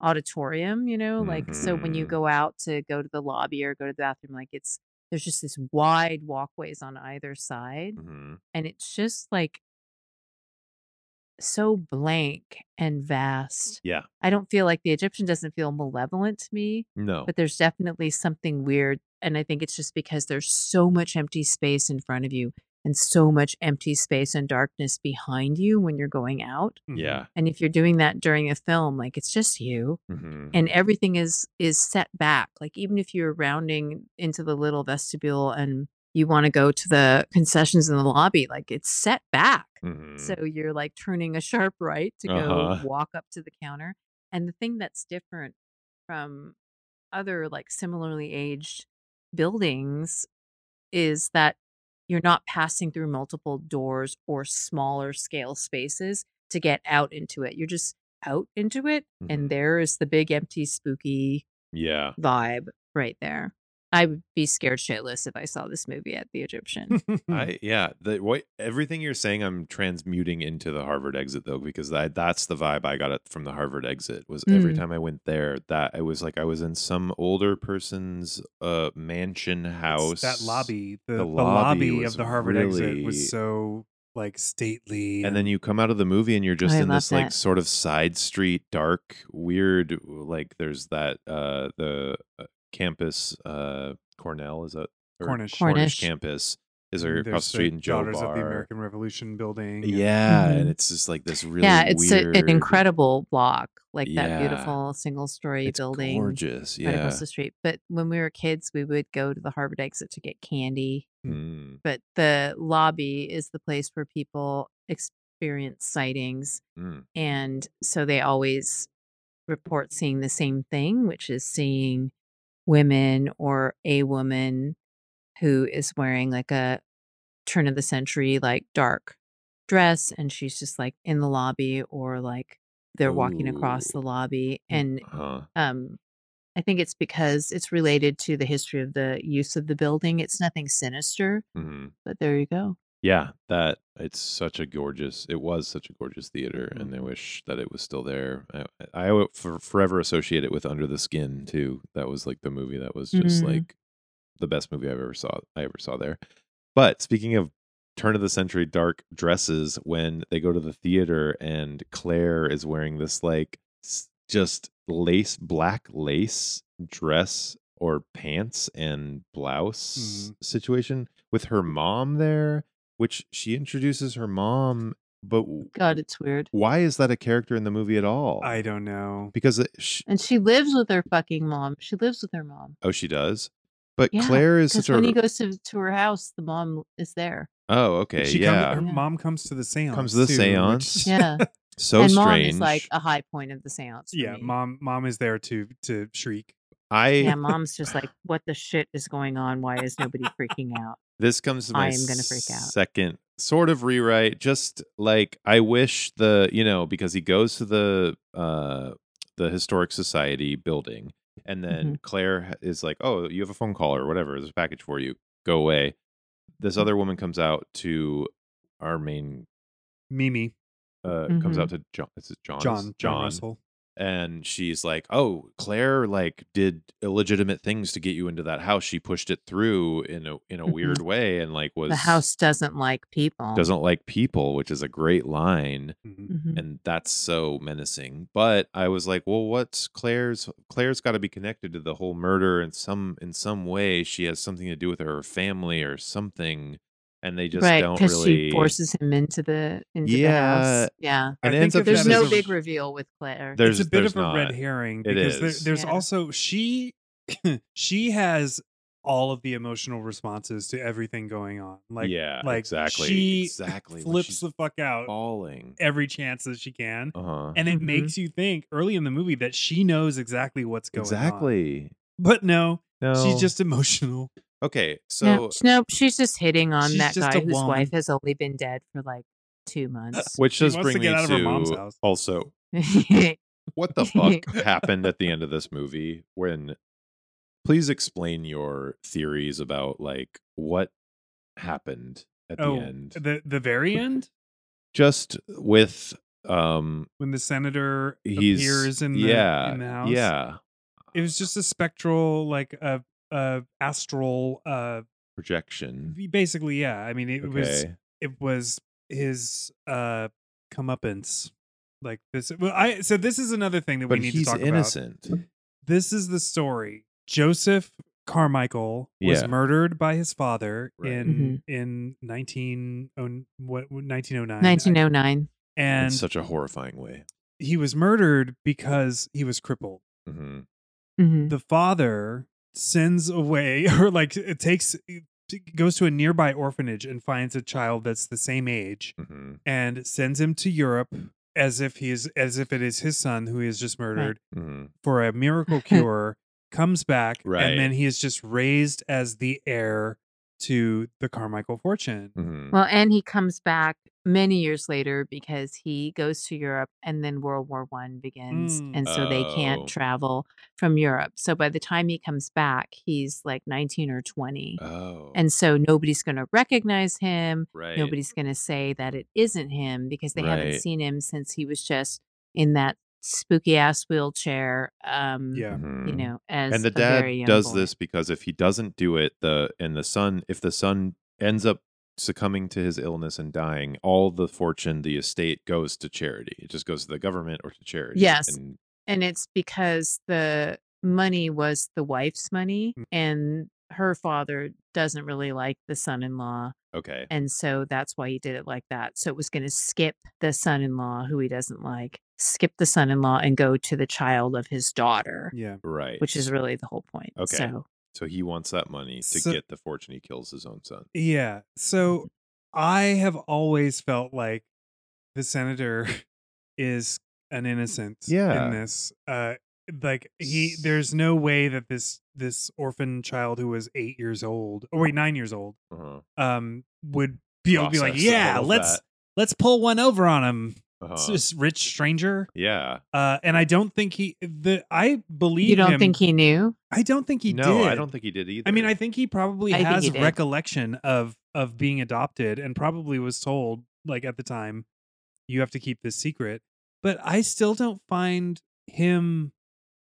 C: auditorium, you know? Like, so when you
A: Mhm.
C: go out to go to the lobby or go to the bathroom, like, it's there's just this wide walkways on either side.
A: hmm
C: And it's just like so blank and vast.
A: Yeah.
C: I don't feel like the Egyptian doesn't feel malevolent to me
A: No.
C: but there's definitely something weird. And I think it's just because there's so much empty space in front of you and so much empty space and darkness behind you when you're going out.
B: Mhm.
A: yeah.
C: And if you're doing that during a film, like it's just you
A: hmm
C: mm-hmm. and everything is is set back. Like even if you're rounding into the little vestibule and you want to go to the concessions in the lobby, like it's set back.
A: hmm
C: So you're like turning a sharp right to go
A: Uh-huh.
C: walk up to the counter. And the thing that's different from other like similarly aged buildings is that you're not passing through multiple doors or smaller scale spaces to get out into it. You're just out into it.
A: Mhm.
C: And there is the big, empty, spooky
A: Mm-hmm. Yeah.
C: vibe right there. I would be scared shitless if I saw this movie at the Egyptian.
A: I yeah. The what everything you're saying, I'm transmuting into the Harvard exit though, because that that's the vibe I got it from the Harvard exit. Was every
C: Mm.
A: time I went there, that it was like I was in some older person's uh mansion house.
B: It's that lobby, the, the
A: lobby
B: lobby,
A: was
B: of the Harvard exit
A: really-
B: was so like stately,
A: And then you come out of the movie and you're just
C: I
A: in this
C: love
A: like
C: that.
A: sort of side street, dark, weird. Like there's that uh the uh, campus uh Cornell is that or
B: Cornish.
C: Cornish.
A: campus is
B: and
A: across
B: there's
A: the street in Joe
B: Daughters of the
A: Bar.
B: American Revolution building. and-
A: Yeah, and
C: Mhm.
A: it's just like this really
C: yeah, it's a,
A: weird,
C: an incredible block, like
A: Yeah.
C: that beautiful single story
A: it's
C: building
A: gorgeous.
C: right
A: Yeah,
C: across the street. But when we were kids, we would go to the Harvard exit to get candy.
A: Mm,
C: But the lobby is the place where people experience sightings.
A: mm.
C: And so they always report seeing the same thing, which is seeing women or a woman who is wearing like a turn of the century, like dark dress. And she's just like in the lobby or like they're walking across the
A: Ooh. Mm.
C: lobby. And
A: huh.
C: um i think it's because it's related to the history of the use of the building it's nothing sinister
A: hmm
C: but there you go
A: Yeah, that it's such a gorgeous. It was such a gorgeous theater, and I wish that it was still there. I, I will for, forever associate it with Under the Skin too. That was like the movie that was just
C: Mm.
A: like the best movie I've ever saw. I ever saw there. But speaking of turn of the century dark dresses, when they go to the theater and Claire is wearing this like s- just lace black lace dress or pants and
B: Mm-hmm.
A: blouse situation with her mom there which she introduces her mom, but w-
C: god it's weird
A: why is that a character in the movie at all?
B: I don't know.
A: because it, sh
C: and she lives with her fucking mom she lives with her mom
A: oh, she does, but
C: Yeah,
A: Claire is
C: because
A: such
C: when
A: a
C: he goes to, to her house the mom is there
A: oh, okay,
B: she
A: yeah,
B: comes, her
C: Yeah.
B: mom comes to the seance.
A: Comes to the
B: too, which-
A: seance.
C: yeah
A: so
C: and mom
A: strange.
C: is like a high point of the seance for
B: yeah,
C: me.
B: mom, mom is there to to shriek.
A: I
C: yeah mom's just like what the shit is going on why is nobody freaking out
A: This comes to my
C: I am gonna freak out.
A: second sort of rewrite. Just like I wish the you know because he goes to the uh the historic society building, and then
C: Mm-hmm.
A: Claire ha- is like, "Oh, you have a phone call or whatever. There's a package for you. Go away." This
C: Mm.
A: other woman comes out to our main
B: Mimi,
A: uh comes
C: Mm-hmm.
A: out to John. Is it John?
B: John, John Russell.
A: and she's like oh claire like did illegitimate things to get you into that house she pushed it through in a in a
C: Mhm.
A: weird way and like was
C: the house doesn't like people
A: doesn't like people which is a great line
B: Mhm.
C: Mhm.
A: and that's so menacing but i was like well what's claire's claire's got to be connected to the whole murder in some in some way she has something to do with her family or something and they just
C: right
A: don't
C: because
A: really
C: she forces him into the into the
A: Yeah,
C: house yeah
A: and
B: I
A: it ends
B: think
A: up
B: of
A: just
C: there's
B: that as
C: no
A: a-
B: a-
C: big reveal with claire
A: there's
B: it's a bit
A: there's
B: of a red
A: not.
B: herring
A: It
B: because there,
A: is.
B: there's
C: Yeah.
B: also she she has all of the emotional responses to everything going on. Like
A: yeah
B: like
A: exactly
B: she
A: exactly when
B: flips
A: she's
B: the fuck out
A: falling
B: every chance that she can.
A: uh-huh
B: And it
C: Mhm.
B: makes you think early in the movie that she knows exactly what's going on.
A: exactly
B: But no,
A: no
B: she's just emotional.
A: okay so
C: no, nope, she's just hitting on
B: She's
C: that
B: just a
C: guy whose
B: woman.
C: wife has only been dead for like two months.
A: which
B: She
A: does
B: wants to
A: bring
B: get
A: me
B: out of her mom's
A: to
B: house.
A: also what the fuck happened at the end of this movie when please explain your theories about like what happened at
B: oh,
A: the end.
B: the the very end
A: Just with um
B: when the senator
A: He's-
B: appears in the
A: yeah,
B: in the house.
A: yeah,
B: it was just a spectral like a a astral uh
A: projection.
B: basically yeah. I mean it was
A: Mm. Okay.
B: it was his uh comeuppance. Like this, well, I so this is another thing that
A: But
B: we need
A: he's
B: to talk about.
A: innocent.
B: this is the story. Joseph Carmichael was
A: Yeah.
B: murdered by his father
A: Right.
B: in in 19 oh, what 1909.
C: oh, 1909.
A: in
B: And
A: such a horrifying way.
B: he was murdered because he was crippled.
A: hmm
C: Mhm.
B: The father sends away or like it takes goes to a nearby orphanage and finds a child that's the same age
A: hmm
B: and sends him to Europe as if he is as if it is his son who he has just murdered.
A: hmm
B: for a miracle cure, comes back,
A: Right.
B: and then he is just raised as the heir to the Carmichael fortune.
A: hmm
C: Well, and he comes back many years later because he goes to Europe and then World War One begins,
B: Mm.
C: and so they
A: Oh.
C: can't travel from Europe. So by the time he comes back, he's like 19 or 20.
A: Oh,
C: and so nobody's going to recognize him.
A: right.
C: Nobody's going to say that it isn't him because they
A: Right.
C: haven't seen him since he was just in that spooky ass wheelchair. Um,
B: Yeah.
C: You
A: Mhm.
C: know, as
A: and the
C: a
A: dad
C: very young
A: does
C: boy.
A: this because if he doesn't do it the and the son if the son ends up succumbing to his illness and dying all the fortune the estate goes to charity it just goes to the government or to charity
C: Yes.
A: and
C: and it's because the money was the wife's money
B: Mm.
C: and her father doesn't really like the son-in-law
A: okay
C: and so that's why he did it like that so it was going to skip the son-in-law who he doesn't like skip the son-in-law and go to the child of his daughter
B: Yeah.
A: right
C: which is really the whole point
A: Okay.
C: so
A: so he wants that money to
B: So-
A: get the fortune he kills his own son
B: Yeah. So I have always felt like the senator is an innocent
A: Yeah.
B: in this. Uh like he there's no way that this this orphan child who was eight years old or wait, nine years old,
A: uh-huh.
B: um, would be able to be like,
A: Process all
B: Yeah,
A: of
B: let's
A: that.
B: let's pull one over on him.
A: Uh-huh.
B: This rich stranger.
A: yeah
B: Uh, and I don't think he the I believe
C: you don't
B: him.
C: think he knew
B: I don't think he
A: no
B: did.
A: i don't think he did either
B: I mean, I think he probably
C: I think
B: has
C: he did.
B: recollection of of being adopted and probably was told like at the time you have to keep this secret. But I still don't find him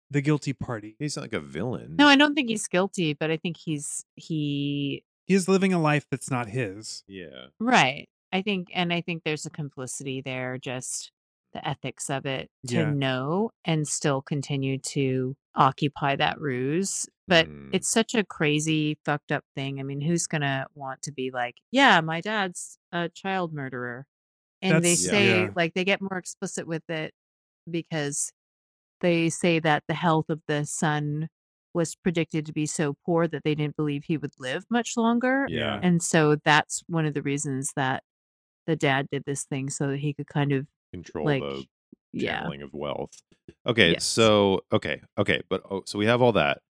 B: the guilty party.
A: he's not like a villain
B: Mm.
C: no i don't think he's guilty but i think he's he
B: He is living a life that's not his.
A: yeah
C: right i think and i think there's a complicity there just the ethics of it to
B: Yeah.
C: know and still continue to occupy that ruse but
B: Mm.
A: Mhm.
C: it's such a crazy fucked up thing i mean who's gonna want to be like yeah my dad's a child murderer and they
B: That's-
A: Yeah.
C: say
B: yeah.
C: like they get more explicit with it because they say that the health of the son was predicted to be so poor that they didn't believe he would live much longer
A: yeah
C: and so that's one of the reasons that the dad did this thing so that he could kind of
A: control
C: like
A: the
C: yeah.
A: channeling of wealth. Okay,
C: Yes.
A: so okay, okay, but oh, so we have all that.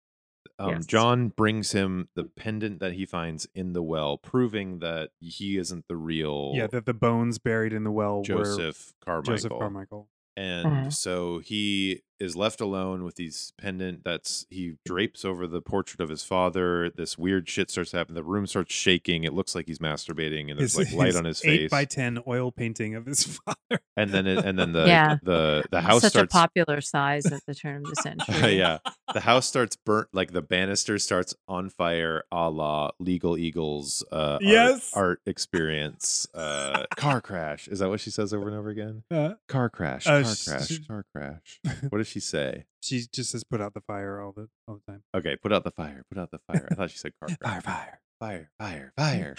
A: Um,
C: Yes.
A: John brings him the pendant that he finds in the well, proving that he isn't the real
B: Yeah, that the bones buried in the well
A: Joseph
B: were
A: Carmichael.
B: Joseph Carmichael.
A: And
C: Uh-huh.
A: so he is left alone with these pendant that's he drapes over the portrait of his father. This weird shit starts happening. The room starts shaking. It looks like he's masturbating, and there's like light on his
B: eight
A: face.
B: by ten oil painting of his father.
A: and then it, and then the
C: Yeah.
A: the the house
C: such
A: starts
C: a popular size at the turn of the century
A: yeah. The house starts burnt, like the banister starts on fire, a la Legal Eagles. Uh, art-
B: Yes.
A: art, experience. Uh, car crash. Is that what she says over and over again?
B: Uh,
A: Car crash.
B: Uh,
A: car
B: sh-
A: crash.
B: sh-
A: car crash. What does she say?
B: she just has put out the fire all the all the time.
A: Okay, put out the fire. Put out the fire. I thought she said car crash.
B: Fire, fire.
A: Fire, fire, fire.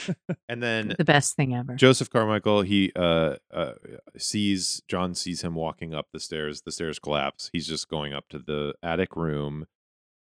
A: And then
C: the best thing ever
A: Joseph Carmichael, he uh, uh sees John sees him walking up the stairs. The stairs collapse. He's just going up to the attic room,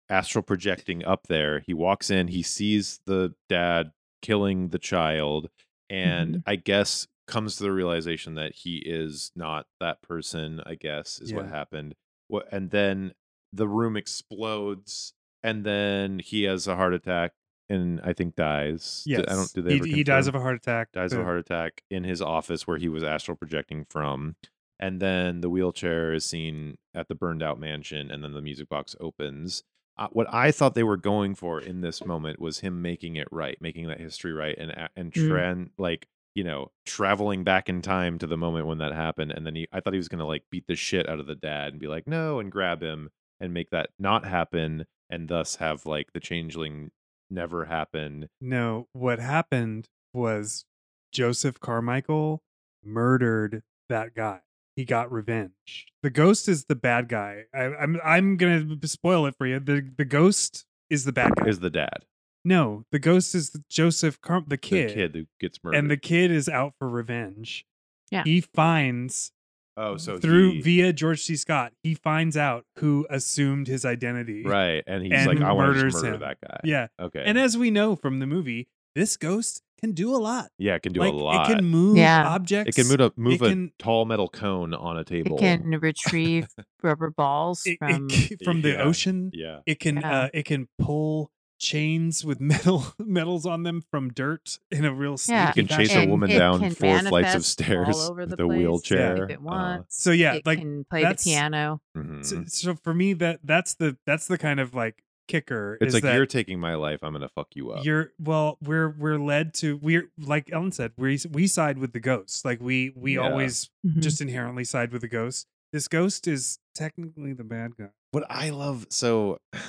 A: astral projecting up there. He walks in. He sees the dad killing the child, and
B: Mm-hmm.
A: I guess comes to the realization that he is not that person. I guess is what
B: Yeah.
A: happened. What and then the room explodes, and then he has a heart attack. And I think dies. Do-
B: Yes.
A: I don't. Do they
B: he,
A: ever
B: he dies
A: confirm?
B: of a heart attack.
A: dies of a
B: Uh,
A: heart attack in his office where he was astral projecting from. And then the wheelchair is seen at the burned out mansion, and then the music box opens. uh, what I thought they were going for in this moment was him making it right, making that history right, and a- and
C: Mm.
A: tran like you know traveling back in time to the moment when that happened, and then he I thought he was gonna like beat the shit out of the dad and be like no and grab him and make that not happen, and thus have like the changeling never happen.
B: No, what happened was Joseph Carmichael murdered that guy. He got revenge. The ghost is the bad guy. I, I'm I'm gonna b- spoil it for you. The the ghost is the bad guy.
A: Is the dad
B: no, the ghost is the Joseph Car- the kid,
A: the kid who gets murdered?
B: and the kid is out for revenge.
C: Yeah.
B: he finds
A: oh so
B: through
A: he-
B: via George C. Scott. He finds out who assumed his identity.
A: right, and he's
B: and
A: like I want to
B: murders
A: murder
B: him.
A: that guy.
B: Yeah,
A: Okay.
B: and as we know from the movie, this ghost can do a lot.
A: yeah, it can do
B: like,
A: a lot.
B: It can move
C: Yeah.
B: objects.
A: It can move a move
B: can-
A: a tall metal cone on a
C: It
A: table.
C: can retrieve rubber balls
B: it- it
C: from.
B: c- from the
A: Yeah.
B: ocean.
A: Yeah.
B: It can
C: Yeah.
B: uh, it can pull chains with metal metals on them from dirt in a real sneaky
C: Yeah.
A: It can chase a
B: fashion.
C: And
A: woman
C: it
A: down
C: can
A: four flights of
C: manifest all
A: stairs
C: over the
A: with a
C: place
A: wheelchair.
C: if it
A: Uh,
C: wants.
B: So yeah,
C: it
B: like
C: can play the
B: that's-
C: piano.
A: mhm.
B: so, so for me that that's the that's the kind of like kicker.
A: It's
B: is
A: like
B: that
A: you're taking my life. I'm gonna fuck you up.
B: you're well we're we're led to we're like Ellen said we we side with the ghosts like we we
A: Yeah.
B: always
C: Mhm.
B: just inherently side with the ghost. This ghost is technically the bad guy.
A: What I love so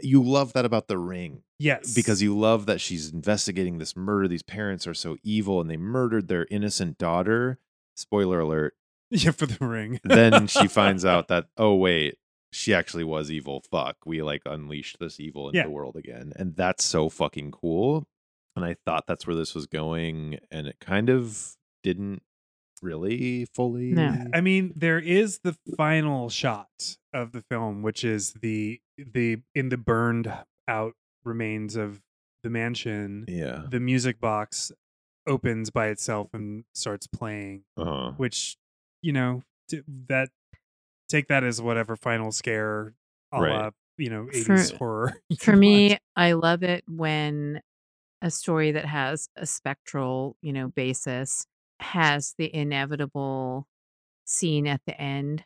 A: you love that about the ring
B: Yes,
A: because you love that she's investigating this murder. These parents are so evil and they murdered their innocent daughter. Spoiler alert.
B: yeah for the ring.
A: Then she finds out that oh wait, she actually was evil. Fuck. We like unleashed this evil into
B: Yeah.
A: the world again. And that's so fucking cool. And I thought that's where this was going and it kind of didn't really fully
C: No.
B: I mean, there is the final shot of the film, which is the the in the burned out remains of the mansion.
A: Yeah.
B: The music box opens by itself and starts playing,
A: Uh-huh.
B: which you know t- that take that as whatever final scare, a
A: Right.
B: la, you know,
C: For-
B: eighties horror. you
C: For
B: watch.
C: me, I love it when a story that has a spectral, you know, basis has the inevitable scene at the end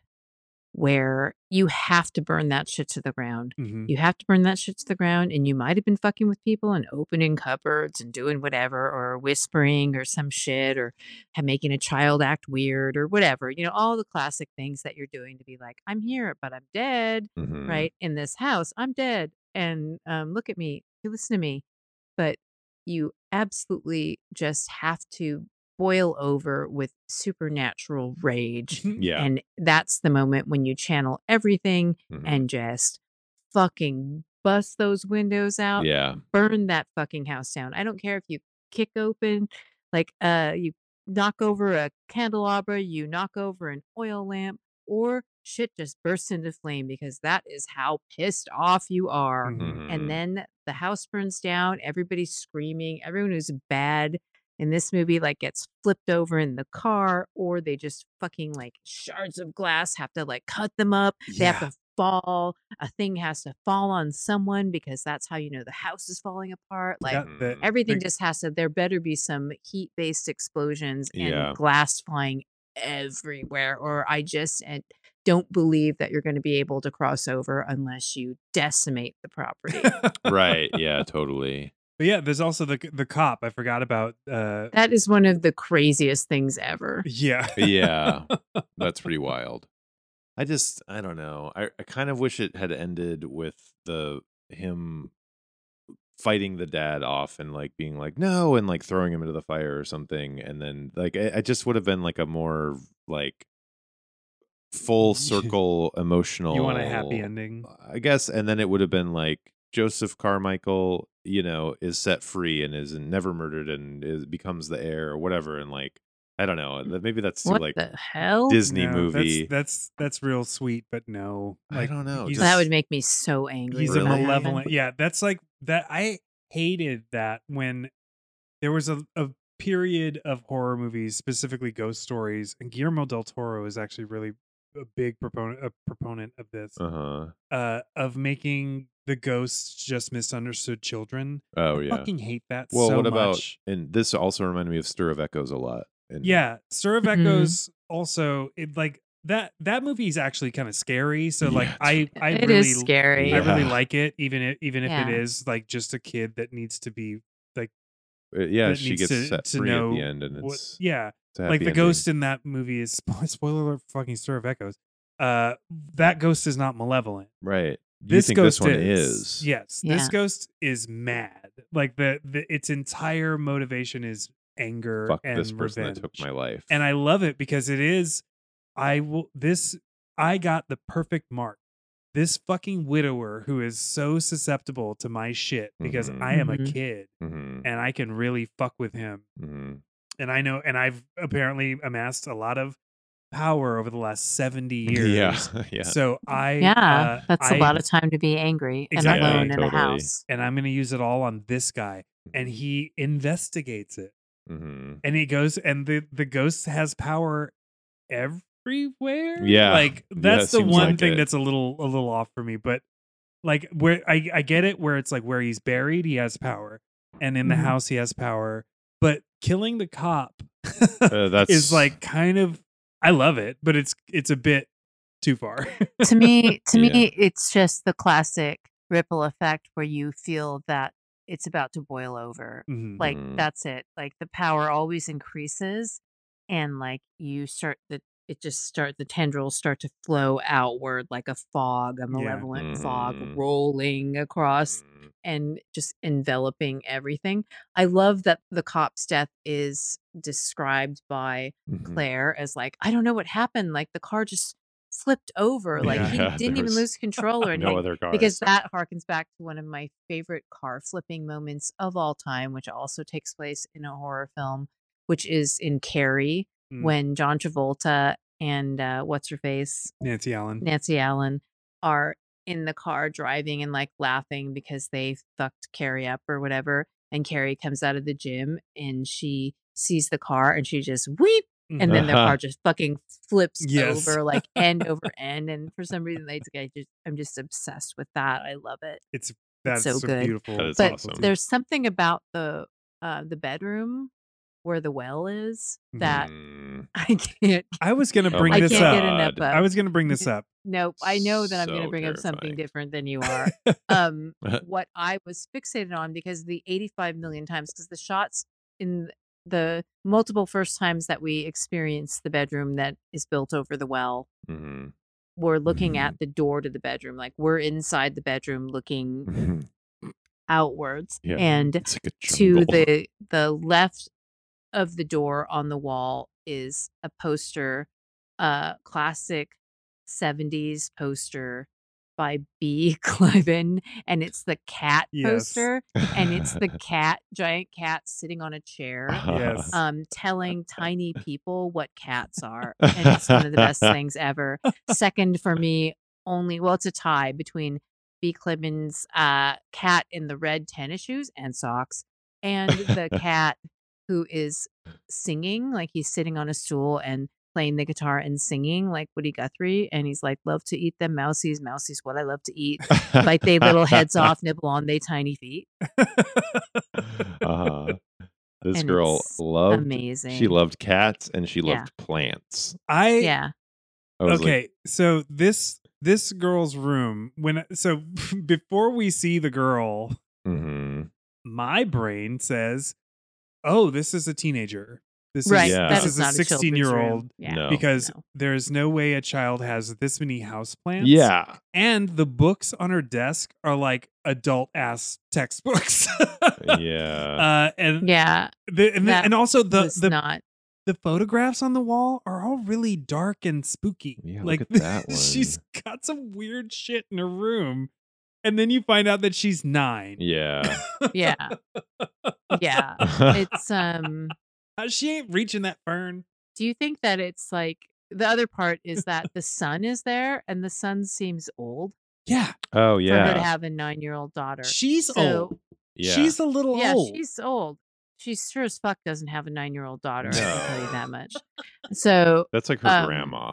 C: where you have to burn that shit to the ground.
B: Mhm.
C: You have to burn that shit to the ground, and you might have been fucking with people and opening cupboards and doing whatever, or whispering or some shit, or ha- making a child act weird or whatever. You know, all the classic things that you're doing to be like, I'm here, but I'm dead,
A: Mhm.
C: right? In this house, I'm dead. And um, look at me, you listen to me. But you absolutely just have to boil over with supernatural rage.
A: Yeah.
C: And that's the moment when you channel everything
A: mhm.
C: and just fucking bust those windows out,
A: yeah.
C: burn that fucking house down. I don't care if you kick open, like uh you knock over a candelabra, you knock over an oil lamp, or shit just bursts into flame because that is how pissed off you are.
B: Mhm.
A: Mhm.
C: And then the house burns down, everybody's screaming, everyone who's bad in this movie like gets flipped over in the car or they just fucking like shards of glass have to like cut them up they
B: Yeah.
C: have to fall a thing has to fall on someone because that's how you know the house is falling apart like
B: That- that-
C: everything
B: the-
C: just has to there better be some heat based explosions and
A: Yeah.
C: glass flying everywhere or i just and don't believe that you're going to be able to cross over unless you decimate the property
A: right. Yeah, totally.
B: But yeah, there's also the the cop. I forgot about. uh
C: that is one of the craziest things ever
B: Yeah.
A: Yeah. That's pretty wild. I just I don't know. I, I kind of wish it had ended with the him fighting the dad off and like being like no and like throwing him into the fire or something and then like I, I just would have been like a more like full circle emotional
B: You want a
A: Oh,
B: happy ending?
A: I guess, and then it would have been like Joseph Carmichael, you know, is set free and is never murdered and is, becomes the heir or whatever. And like, I don't know, that- maybe that's too
C: Mm, what
A: like
C: the hell
A: Disney
B: No, that's-
A: movie.
B: That's, that's real sweet, but no.
A: I don't know,
B: he's-
A: just-
C: that would make me so angry
B: he's
C: when
B: a
C: that happened.
B: malevolent. Yeah, that's like that. I hated that when there was a, a period of horror movies, specifically ghost stories, and Guillermo del Toro is actually really a big proponent a proponent of this
A: Uh huh.
B: uh, of making the ghosts just misunderstood children.
A: Oh
B: I
A: yeah.
B: fucking hate that.
A: Well,
B: so
A: what about
B: much.
A: and this also reminded me of Stir of Echoes a lot. And
B: Yeah, Stir of
C: Mhm.
B: Echoes also it like that that movie is actually kind of scary. So like
A: Yeah,
B: I I
C: It is
B: really
C: scary.
B: I really
A: Yeah.
B: like it, even if, even if
C: Yeah.
B: it is like just a kid that needs to be
A: Uh, yeah,
B: That
A: she
B: needs
A: gets
B: to-
A: set
B: to
A: free at
B: know
A: the end, and
B: what-
A: it's,
B: yeah,
A: it's a
B: like
A: happy
B: the
A: ending.
B: ghost in that movie is spoiler alert, fucking Stir of Echoes. Uh, that ghost is not malevolent.
A: Right. You
B: this
A: think
B: ghost
A: this one
B: is,
A: is.
B: yes this
C: Yeah.
B: ghost is mad like the, the its entire motivation is anger
A: Fuck
B: and
A: this person
B: revenge
A: that took my life.
B: and i love it because it is i will this i got the perfect mark this fucking widower who is so susceptible to my shit because
A: Mhm.
B: i am a
C: Mhm.
B: kid
A: hmm
B: and i can really fuck with him
A: hmm
B: and i know and i've apparently amassed a lot of power over the last 70 years
A: Yeah. Yeah.
B: so i
C: yeah,
B: uh,
C: that's a
B: I-
C: lot of time to be angry
B: Exactly.
C: and
B: Yeah,
C: alone in a
A: totally.
C: house.
B: and I'm going to use it all on this guy. And he investigates it.
A: hmm
B: And he goes, and the, the ghost has power everywhere.
A: Yeah.
B: Like
A: Yeah,
B: that's
A: it
B: the
A: seems
B: one
A: like
B: thing
A: it.
B: that's a little, a little off for me. But like where I, I get it, where it's like where he's buried, he has power. And in the
A: Mm-hmm.
C: Mhm.
B: house, he has power. But killing the cop
A: Uh, that's
B: is like kind of, I love it, but it's, it's a bit too far.
C: to me to
A: Yeah.
C: me it's just the classic ripple effect where you feel that it's about to boil over
B: Mhm.
C: like
A: Mhm.
C: that's it like the power always increases and like you start the it just start the tendrils start to flow outward like a fog a malevolent fog
A: Mhm.
C: rolling across
A: Mm-hmm.
C: and just enveloping everything i love that the cop's death is described by
A: Mhm.
C: Claire as like, I don't know what happened. Like the car just flipped over. Like he
A: Yeah,
C: didn't
A: there
C: even
A: was
C: lose control or anything.
A: No other car.
C: because that harkens back to one of my favorite car flipping moments of all time, which also takes place in a horror film, which is in Carrie
B: Mm.
C: when John Travolta and uh, what's her face,
B: Nancy Allen.
C: Nancy Allen, are in the car driving and like laughing because they fucked Carrie up or whatever. And Carrie comes out of the gym and she sees the car and she just weep
B: Mm-hmm.
C: and then their
A: Uh-huh.
C: car just fucking flips
B: Yes.
C: over like end over end and for some reason they I just I'm just obsessed with that. I love it.
B: That's
C: so
B: a
C: good.
B: beautiful.
A: That is
C: but
A: awesome.
C: there's something about the uh the bedroom where the well is that
A: Mhm.
C: I can't
B: I was gonna
A: Oh
B: bring
A: my
C: I
B: this
C: can't get
B: up.
C: enough of.
A: God.
B: I was gonna bring this up.
C: nope, I know that I'm going
A: So
C: to bring up something
A: terrifying.
C: different than you are. um what I was fixated on because the 85 million times because the shots in the multiple first times that we experienced the bedroom that is built over the well
A: Mhm.
C: we're looking
A: Mhm.
C: at the door to the bedroom like we're inside the bedroom looking
A: Mhm.
C: outwards
A: Yeah.
C: and
A: It's like a
C: to
A: jungle.
C: the the left of the door on the wall is a poster uh classic 70s poster by B Cliven and it's the cat
B: Yes.
C: poster and it's the cat giant cat sitting on a chair
B: Yes.
C: um, telling tiny people what cats are. And it's one of the best things ever. Second for me, only, well, it's a tie between B. Clemens' uh, cat in the red tennis shoes and socks and the cat who is singing, like he's sitting on a stool and playing the guitar and singing like Woody Guthrie. And he's like, love to eat them mousies. Mousies, what I love to eat. Bite they little heads off, nibble on they tiny feet.
A: uh-huh. This
C: And
A: girl
C: it's
A: loved.
C: Amazing.
A: She loved cats and she
C: Yeah.
A: loved plants.
B: I
C: Yeah.
A: I was
B: okay. so this this girl's room when so before we see the girl,
A: Like, mm-hmm.
B: my brain says, "Oh, this is a teenager. This
C: Right.
B: is
A: Yeah.
B: this
C: That
A: is
B: is a
C: not children's room.
B: sixteen year old."
C: Yeah.
A: No.
B: Because
C: no.
B: there is no way a child has this many houseplants.
A: Yeah.
B: And the books on her desk are like adult ass textbooks.
A: Yeah.
B: Uh, and
C: Yeah,
B: The, and, the-
C: That
B: and also the
C: was
B: the,
C: not.
B: the photographs on the wall are all really dark and spooky.
A: Yeah, look
B: like
A: at that
B: she's got some weird shit in her room, and then you find out that she's nine.
A: yeah. Oh,
C: Yeah, yeah. It's um.
B: Uh, She ain't reaching that fern.
C: Do you think that it's like the other part is that the son is there and the son seems old
B: Yeah,
A: oh
C: for her to
A: yeah.
C: have a nine-year-old daughter?
B: she's
C: So-
B: old.
A: Yeah.
B: She's a little
C: yeah,
B: old.
C: she's old. She sure as fuck doesn't have a nine-year-old daughter. I can tell you
A: No.
C: that much. So
A: That's like her
C: um,
A: grandma.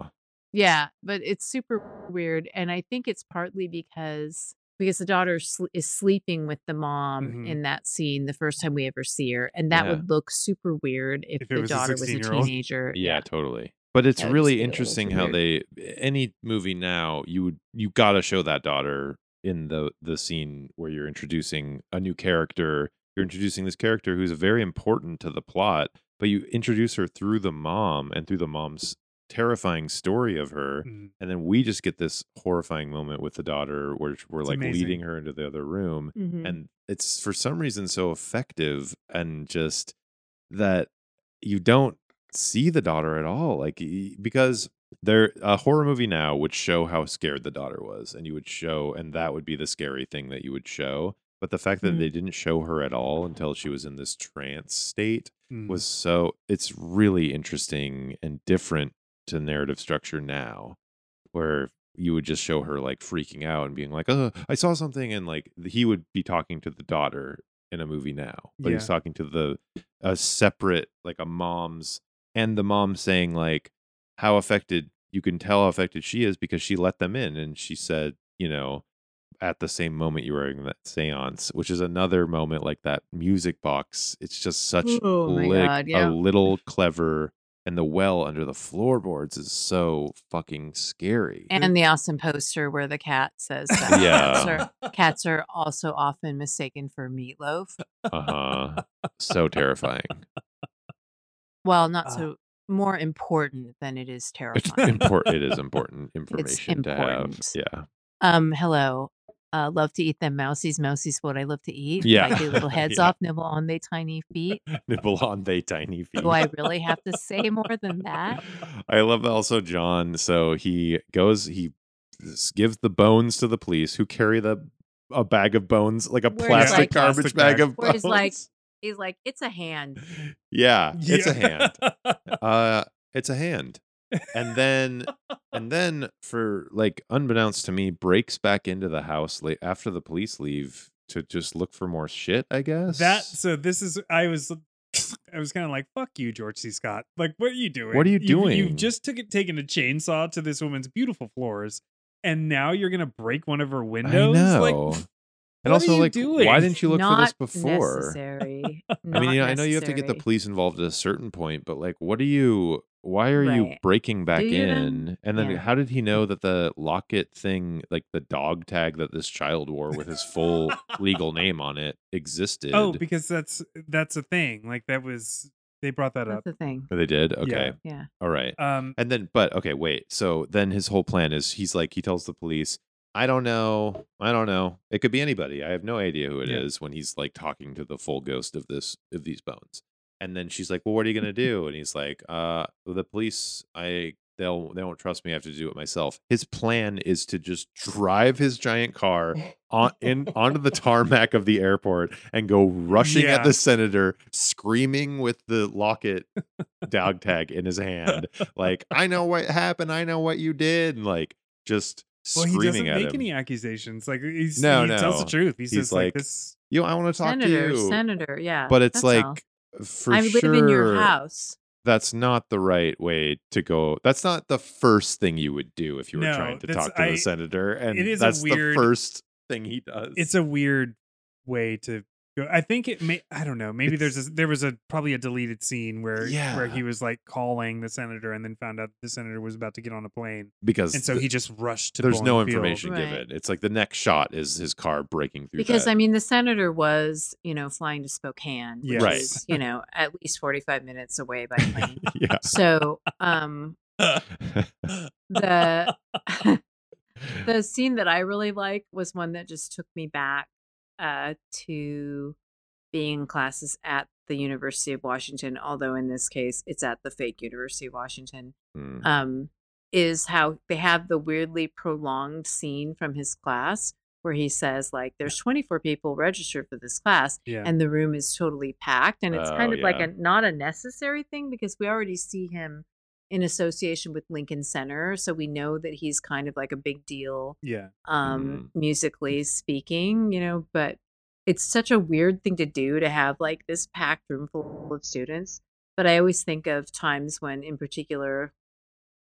C: Yeah, but it's super weird, and I think it's partly because because the daughter sl- is sleeping with the mom
B: Mhm.
C: in that scene the first time we ever see her, and that
A: Yeah.
C: would look super weird if,
B: If it
C: the
B: was a
C: daughter was a
B: 16-year-old.
C: teenager.
A: Yeah, totally. But it's
C: That would just
A: really
C: be a little
A: interesting
C: too
A: how they any movie now you would you gotta show that daughter in the the scene where you're introducing a new character. You're introducing this character who's very important to the plot, but you introduce her through the mom and through the mom's terrifying story of her.
B: Mm.
A: And then we just get this horrifying moment with the daughter where we're
B: It's
A: like
B: amazing.
A: leading her into the other room
C: Mhm.
A: and it's for some reason so effective and just that you don't see the daughter at all like y- because there a horror movie now would show how scared the daughter was and you would show and that would be the scary thing that you would show but the fact that
C: Mhm.
A: they didn't show her at all until she was in this trance state
B: Mm.
A: was so it's really interesting and different to narrative structure now where you would just show her like freaking out and being like oh i saw something and like he would be talking to the daughter in a movie now but he's
B: Yeah.
A: talking to the a separate like a mom's and the mom saying like how affected you can tell how affected she is because she let them in and she said you know at the same moment you were in that seance which is another moment like that music box it's just such
C: Oh my
A: lick-
C: God,
A: a
C: yeah.
A: little clever and the well under the floorboards is so fucking scary
C: and the awesome poster where the cat says that cats,
A: Yeah.
C: are, cats are also often mistaken for meatloaf.
A: uh-huh so terrifying
C: Well, not
B: Ah.
C: so more important than it is
A: it's
C: terrifying.
A: important it is important information
C: important.
A: to have
C: um, hello. Uh, love to eat them mousies. Mousies, what I love to eat.
A: Yeah.
C: Bite their little heads
A: Yeah.
C: off, nibble on their tiny feet.
A: yeah nibble on they tiny feet
C: Do I really have to say more than that?
A: I love also John. So he goes, he s- gives the bones to the police who carry the a bag of bones, like a
C: Where he's
A: plastic
C: like-
A: garbage
B: Plastic
A: bag,
B: bag.
A: of
C: Where
A: bones.
C: he's like- He's like, it's a hand.
A: yeah, it's a
B: Yeah.
A: hand. Uh, it's a hand. And then, and then for like unbeknownst to me, breaks back into the house late after the police leave to just look for more shit. I guess
B: that so this is I was I was kind of like fuck you George C Scott like what are you doing
A: What are you
B: you,
A: doing?
B: have just took it, taken a chainsaw to this woman's beautiful floors and now you're gonna break one of her windows
A: I know.
B: like
A: and
B: what are
A: also,
B: you
A: like,
B: doing?
A: why didn't you look
C: Not
A: for this before?
C: necessary.
A: I mean,
C: Not
A: you know, I know you have to get the
C: necessary.
A: police involved at a certain point, but like, what are you? Why are you
C: Right.
A: breaking back
C: Do you know?
A: in? And then,
C: Yeah. Mm.
A: how did he know that the locket thing, like the dog tag that this child wore with his full legal name on it, existed?
B: oh because that's that's a thing like that was they brought that
C: That's
B: up
C: the thing.
A: Oh, they did. Okay,
C: Yeah.
A: all right.
B: um
A: And then, but okay, wait. So then, his whole plan is he's like, he tells the police. I don't know. I don't know. It could be anybody. I have no idea who it is
B: Yeah.
A: when he's like talking to the full ghost of this of these bones. And then she's like, "Well, what are you gonna do?" And he's like, "Uh, the police. I they'll they won't trust me. I have to do it myself." His plan is to just drive his giant car on in onto the tarmac of the airport and go rushing
B: Yeah.
A: at the senator, screaming with the locket dog tag in his hand, like, "I know what happened. I know what you did," and like just
B: well he doesn't
A: screaming at
B: make
A: him.
B: any accusations like he's,
A: No,
B: he tells the
A: no.
B: truth he's,
A: He's
B: just like,
A: like,
B: this
A: Yo, I want to talk
C: senator,
A: to you,
C: senator.
B: uh,
C: Yeah.
A: but it's
C: that's
A: like.
C: all.
A: For
C: I live
A: sure,
C: in your house.
A: that's not the right way to go. That's not the first thing you would do if you were
B: No,
A: trying to
B: that's-
A: talk to
B: I-
A: the senator. And
B: it is a
A: that's
B: weird-
A: the first thing he does.
B: it's a weird way to go. I think it may. I don't know. Maybe there's a, there was a probably a deleted scene where where
A: Yeah.
B: he was like calling the senator and then found out the senator was about to get on a plane,
A: because
B: and so
A: th-
B: he just rushed to.
A: there's
B: Bowling
A: no
B: Field.
A: information
C: Right.
A: given. It's like the next shot is his car breaking through.
C: Because
A: that.
C: I mean, the senator was, you know, flying to Spokane, which
B: Yes.
A: Right.
C: is, you know, at least forty-five minutes away by plane.
A: yeah,
C: so, um, the the scene that I really like was one that just took me back uh, to being in classes at the University of Washington. Although in this case, it's at the fake University of Washington.
A: Hmm.
C: um, is how they have the weirdly prolonged scene from his class where he says like there's 24 people registered for this class
B: Yeah.
C: and the room is totally packed and it's kind
A: Oh,
C: of like
A: yeah.
C: a not a necessary thing because we already see him in association with Lincoln Center so we know that he's kind of like a big deal
B: yeah.
C: um musically speaking you know but it's such a weird thing to do to have like this packed room full of students but i always think of times when in particular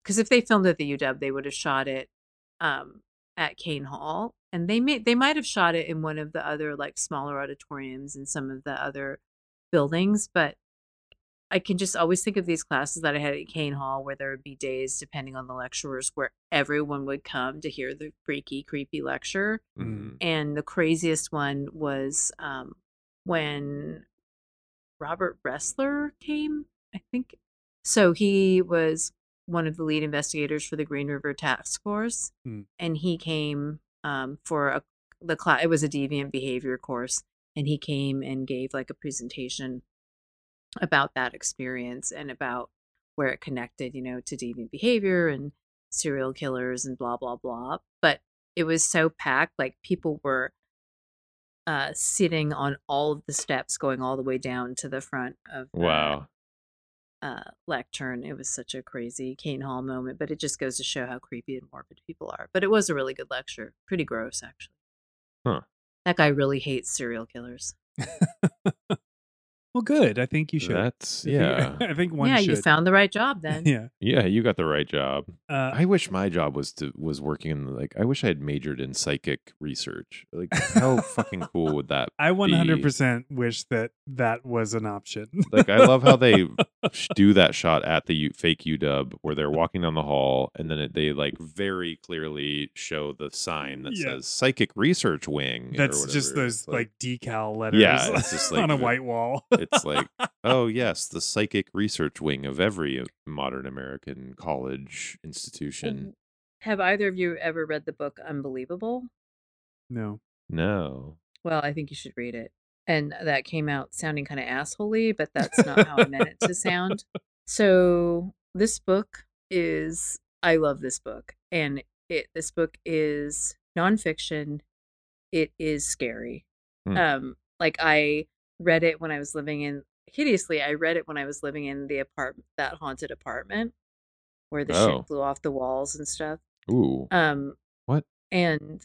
C: because if they filmed at the uw they would have shot it um at kane hall and they may they might have shot it in one of the other like smaller auditoriums and some of the other buildings but I can just always think of these classes that I had at Kane Hall where there would be days, depending on the lecturers, where everyone would come to hear the freaky, creepy lecture.
B: um,
A: Mhm.
C: And the craziest one was um, when Robert Ressler came, I think. So he was one of the lead investigators for the Green River Task Force,
B: Mm.
C: and he came um, for a, the class. It was a deviant behavior course, and he came and gave like a presentation about that experience and about where it connected, you know, to deviant behavior and serial killers and blah blah blah. But it was so packed like people were uh sitting on all of the steps going all the way down to the front of the,
A: Wow.
C: uh lectern it was such a crazy kane hall moment but it just goes to show how creepy and morbid people are but it was a really good lecture pretty gross actually
A: Huh.
C: that guy really hates serial killers
B: well, good. I think you should.
A: That's
B: I think-
A: yeah.
B: I think one
C: yeah
B: should.
C: you found the right job then
B: Yeah.
A: yeah, you got the right job.
B: Uh,
A: I wish my job was to was working in like I wish I had majored in psychic research. Like how fucking cool would that?
B: I 100% wish that that was an option.
A: Like I love how they sh- do that shot at the U, fake UW where they're walking down the hall and then it, they like very clearly show the sign that
B: Yeah.
A: says psychic research wing. or
B: That's just
A: whatever.
B: those
A: It's
B: like, decal letters
A: Yeah, it's just like
B: on a
A: the-
B: white wall.
A: it's like oh yes, the psychic research wing of every modern American college
B: Oh.
A: institution.
C: have either of you ever read the book unbelievable
B: no.
A: No.
C: well i think you should read it and that came out sounding kind of assholey but that's not how i meant it to sound So this book is I love this book and it this book is nonfiction. It is scary.
A: Hmm.
C: Um like I read it when I was living in hideously, I read it when I was living in the apartment that haunted apartment where the
A: Oh.
C: shit flew off the walls and stuff.
A: Ooh.
B: Uh,
C: Um,
A: What?
C: And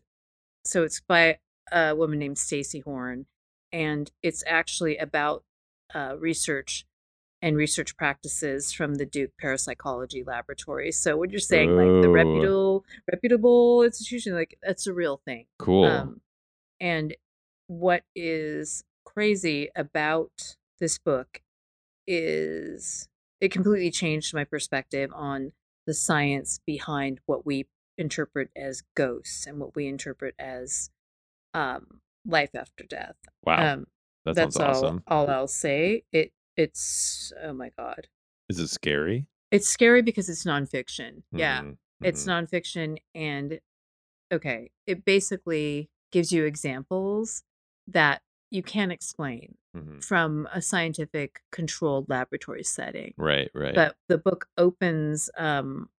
C: so it's by a woman named Stacy Horn, and it's actually about uh, research and research practices from the Duke Parapsychology Laboratory. So when you're saying like the
A: Oh.
C: reputable reputable institution, like that's a real thing.
A: cool.
C: Um, and what is crazy about this book is it completely changed my perspective on the science behind what we interpret as ghosts and what we interpret as um, life after death.
A: wow.
C: Um,
A: that sounds
C: that's
A: awesome.
C: all, all I'll say. It it's oh my god,
A: Is it scary?
C: it's scary because it's nonfiction. Yeah,
A: Mhm,
C: it's
A: mhm.
C: nonfiction and okay it basically gives you examples that you can explain
A: Mhm.
C: from a scientific controlled laboratory setting
A: Right, right.
C: but the book opens um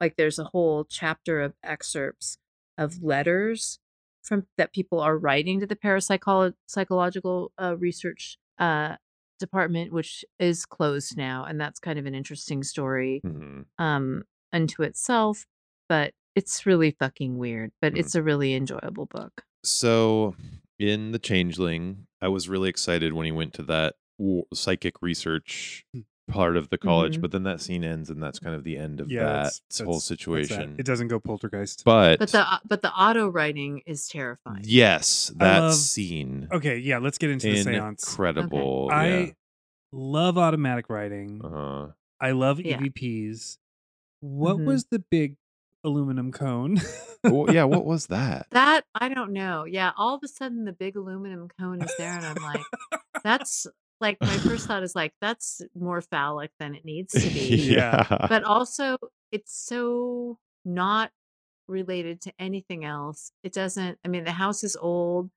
C: like there's a whole chapter of excerpts of letters from that people are writing to the parapsychological psychological uh, research uh department which is closed now and that's kind of an interesting story
A: Mhm.
C: um unto itself but it's really fucking weird but
A: Mhm.
C: it's a really enjoyable book
A: So, in The Changeling, I was really excited when he went to that w- psychic research part of the college,
C: Mhm.
A: but then that scene ends, and that's kind of the end of
B: Yeah,
A: that
B: that's-
A: whole
B: that's- What's that?
A: situation.
B: It doesn't go poltergeist.
A: but,
C: but the uh, but the auto writing is terrifying
A: yes, that
B: love-
A: scene
B: Okay, yeah, let's get into the seance.
A: incredible.
B: I love automatic writing.
A: yeah. uh-huh.
B: I love
C: Yeah.
B: EVPs. What
C: Mhm.
B: was the big aluminum cone?
A: Well, yeah, what was that?
C: that i don't know yeah all of a sudden the big aluminum cone is there and i'm like that's like my first thought is like that's more phallic than it needs to be
B: Yeah.
A: yeah.
C: but also it's so not related to anything else it doesn't i mean the house is old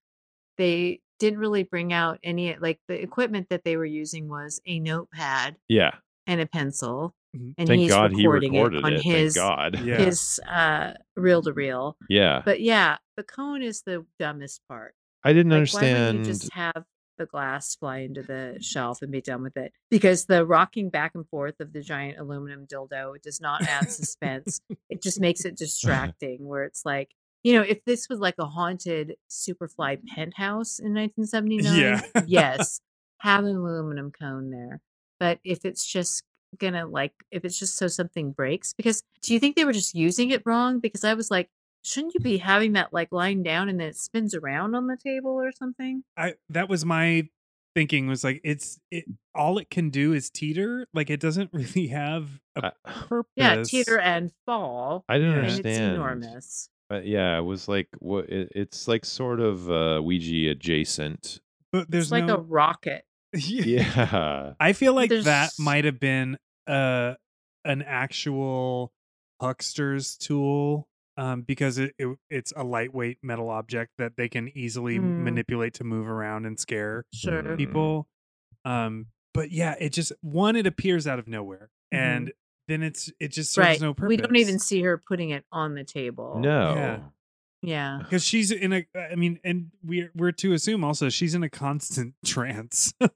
C: they didn't really bring out any like the equipment that they were using was a notepad
A: yeah.
C: and a pencil
B: Mhm.
A: Mm-hmm.
C: and
A: Thank
C: he's
A: God he
C: recording
A: recorded
C: it on
A: it. Thank
C: his
A: God.
B: Yeah.
C: his uh reel to reel
A: Yeah.
C: but yeah the cone is the dumbest part
A: I didn't
C: like, Why
A: understand.
C: wouldn't you just have the glass fly into the shelf and be done with it? Because the rocking back and forth of the giant aluminum dildo does not add suspense. it just makes it distracting. Where it's like, you know, if this was like a haunted Superfly penthouse in 1979,
B: Yeah.
C: yes, have an aluminum cone there. But if it's just gonna like, if it's just so something breaks, because do you think they were just using it wrong? Because I was like shouldn't you be having that like lying down and then it spins around on the table or something?
B: I that was my thinking was like it's it all it can do is teeter. Like it doesn't really have a
A: I,
B: purpose.
C: Yeah, teeter and fall.
A: I didn't
B: Yeah.
C: And it's
A: understand.
C: enormous.
A: But yeah, it was like what it, it's like sort of uh, Ouija adjacent.
B: But there's
C: it's like
B: no.
C: a rocket.
A: Yeah.
B: I feel like that
C: There's-
B: might have been uh an actual huckster's tool um because it, it it's a lightweight metal object that they can easily
C: Mm.
B: manipulate to move around and scare
C: Sure.
A: Mm.
B: people. Um but yeah, it just one it appears out of nowhere
C: Mhm.
B: and then it's it just serves
C: Right.
B: no purpose.
C: we don't even see her putting it on the table.
A: No.
B: Yeah.
C: Yeah.
B: because she's in a I mean and we're we're to assume also she's in a constant trance. Oh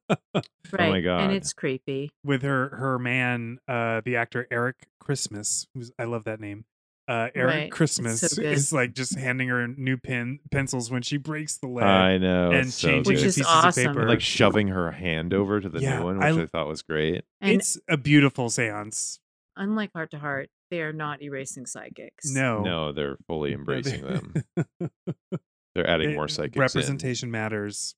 C: Right.
A: God.
C: And it's creepy.
B: with her her man, uh, the actor Eric Christmas, who's I love that name. Uh, Eric
C: Right, it's so
B: Christmas
C: good.
B: is like just handing her new pen pencils when she breaks the leg
A: I know.
B: and
A: it's so
B: changing
A: good.
C: Which
B: the
C: is
B: pieces
C: awesome.
B: of
A: And,
B: paper.
A: like shoving her hand over to the
B: Yeah,
A: new one,
B: I
A: which I,
B: l-
A: thought was great.
C: And
B: it's a beautiful séance.
C: unlike Heart to Heart, they are not erasing psychics.
B: No,
A: No, they're fully
B: No, Oh. they-
A: embracing them. They're adding
B: it-
A: more psychics. in.
B: representation matters.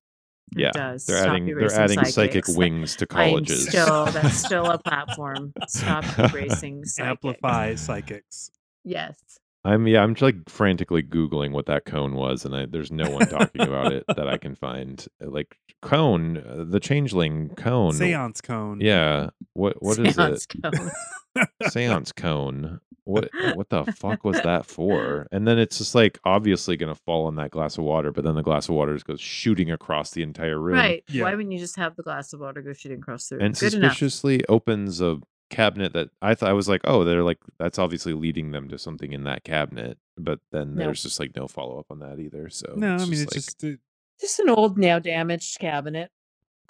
C: It
A: Yeah,
C: does.
A: They're
C: Stop
A: adding. They're
C: erasing
A: adding psychic
C: psychics.
A: wings to
C: I'm
A: colleges.
C: still, that's still a platform. Stop erasing psychics.
B: Amplify psychics.
C: Yes.
A: I'm yeah, I'm just like frantically googling what that cone was, and I, there's no one talking about it that I can find. Uh, Like cone, uh, the changeling cone.
B: Séance cone.
A: Oh, Yeah. What what is
C: Seance cone.
A: it? Seance cone. What what the fuck was that for? And then it's just like obviously gonna fall in that glass of water, but then the glass of water just goes shooting across the entire room.
C: Right.
B: Yeah.
C: Why wouldn't you just have the glass of water go shooting across the room?
A: And
C: Good enough.
A: suspiciously opens a cabinet that I thought I was like, oh, they're like that's obviously leading them to something in that cabinet. But then
C: No.
A: there's just like no follow up on that either. So
B: No, I mean it's
A: like-
B: just it
C: Just an old, now damaged cabinet.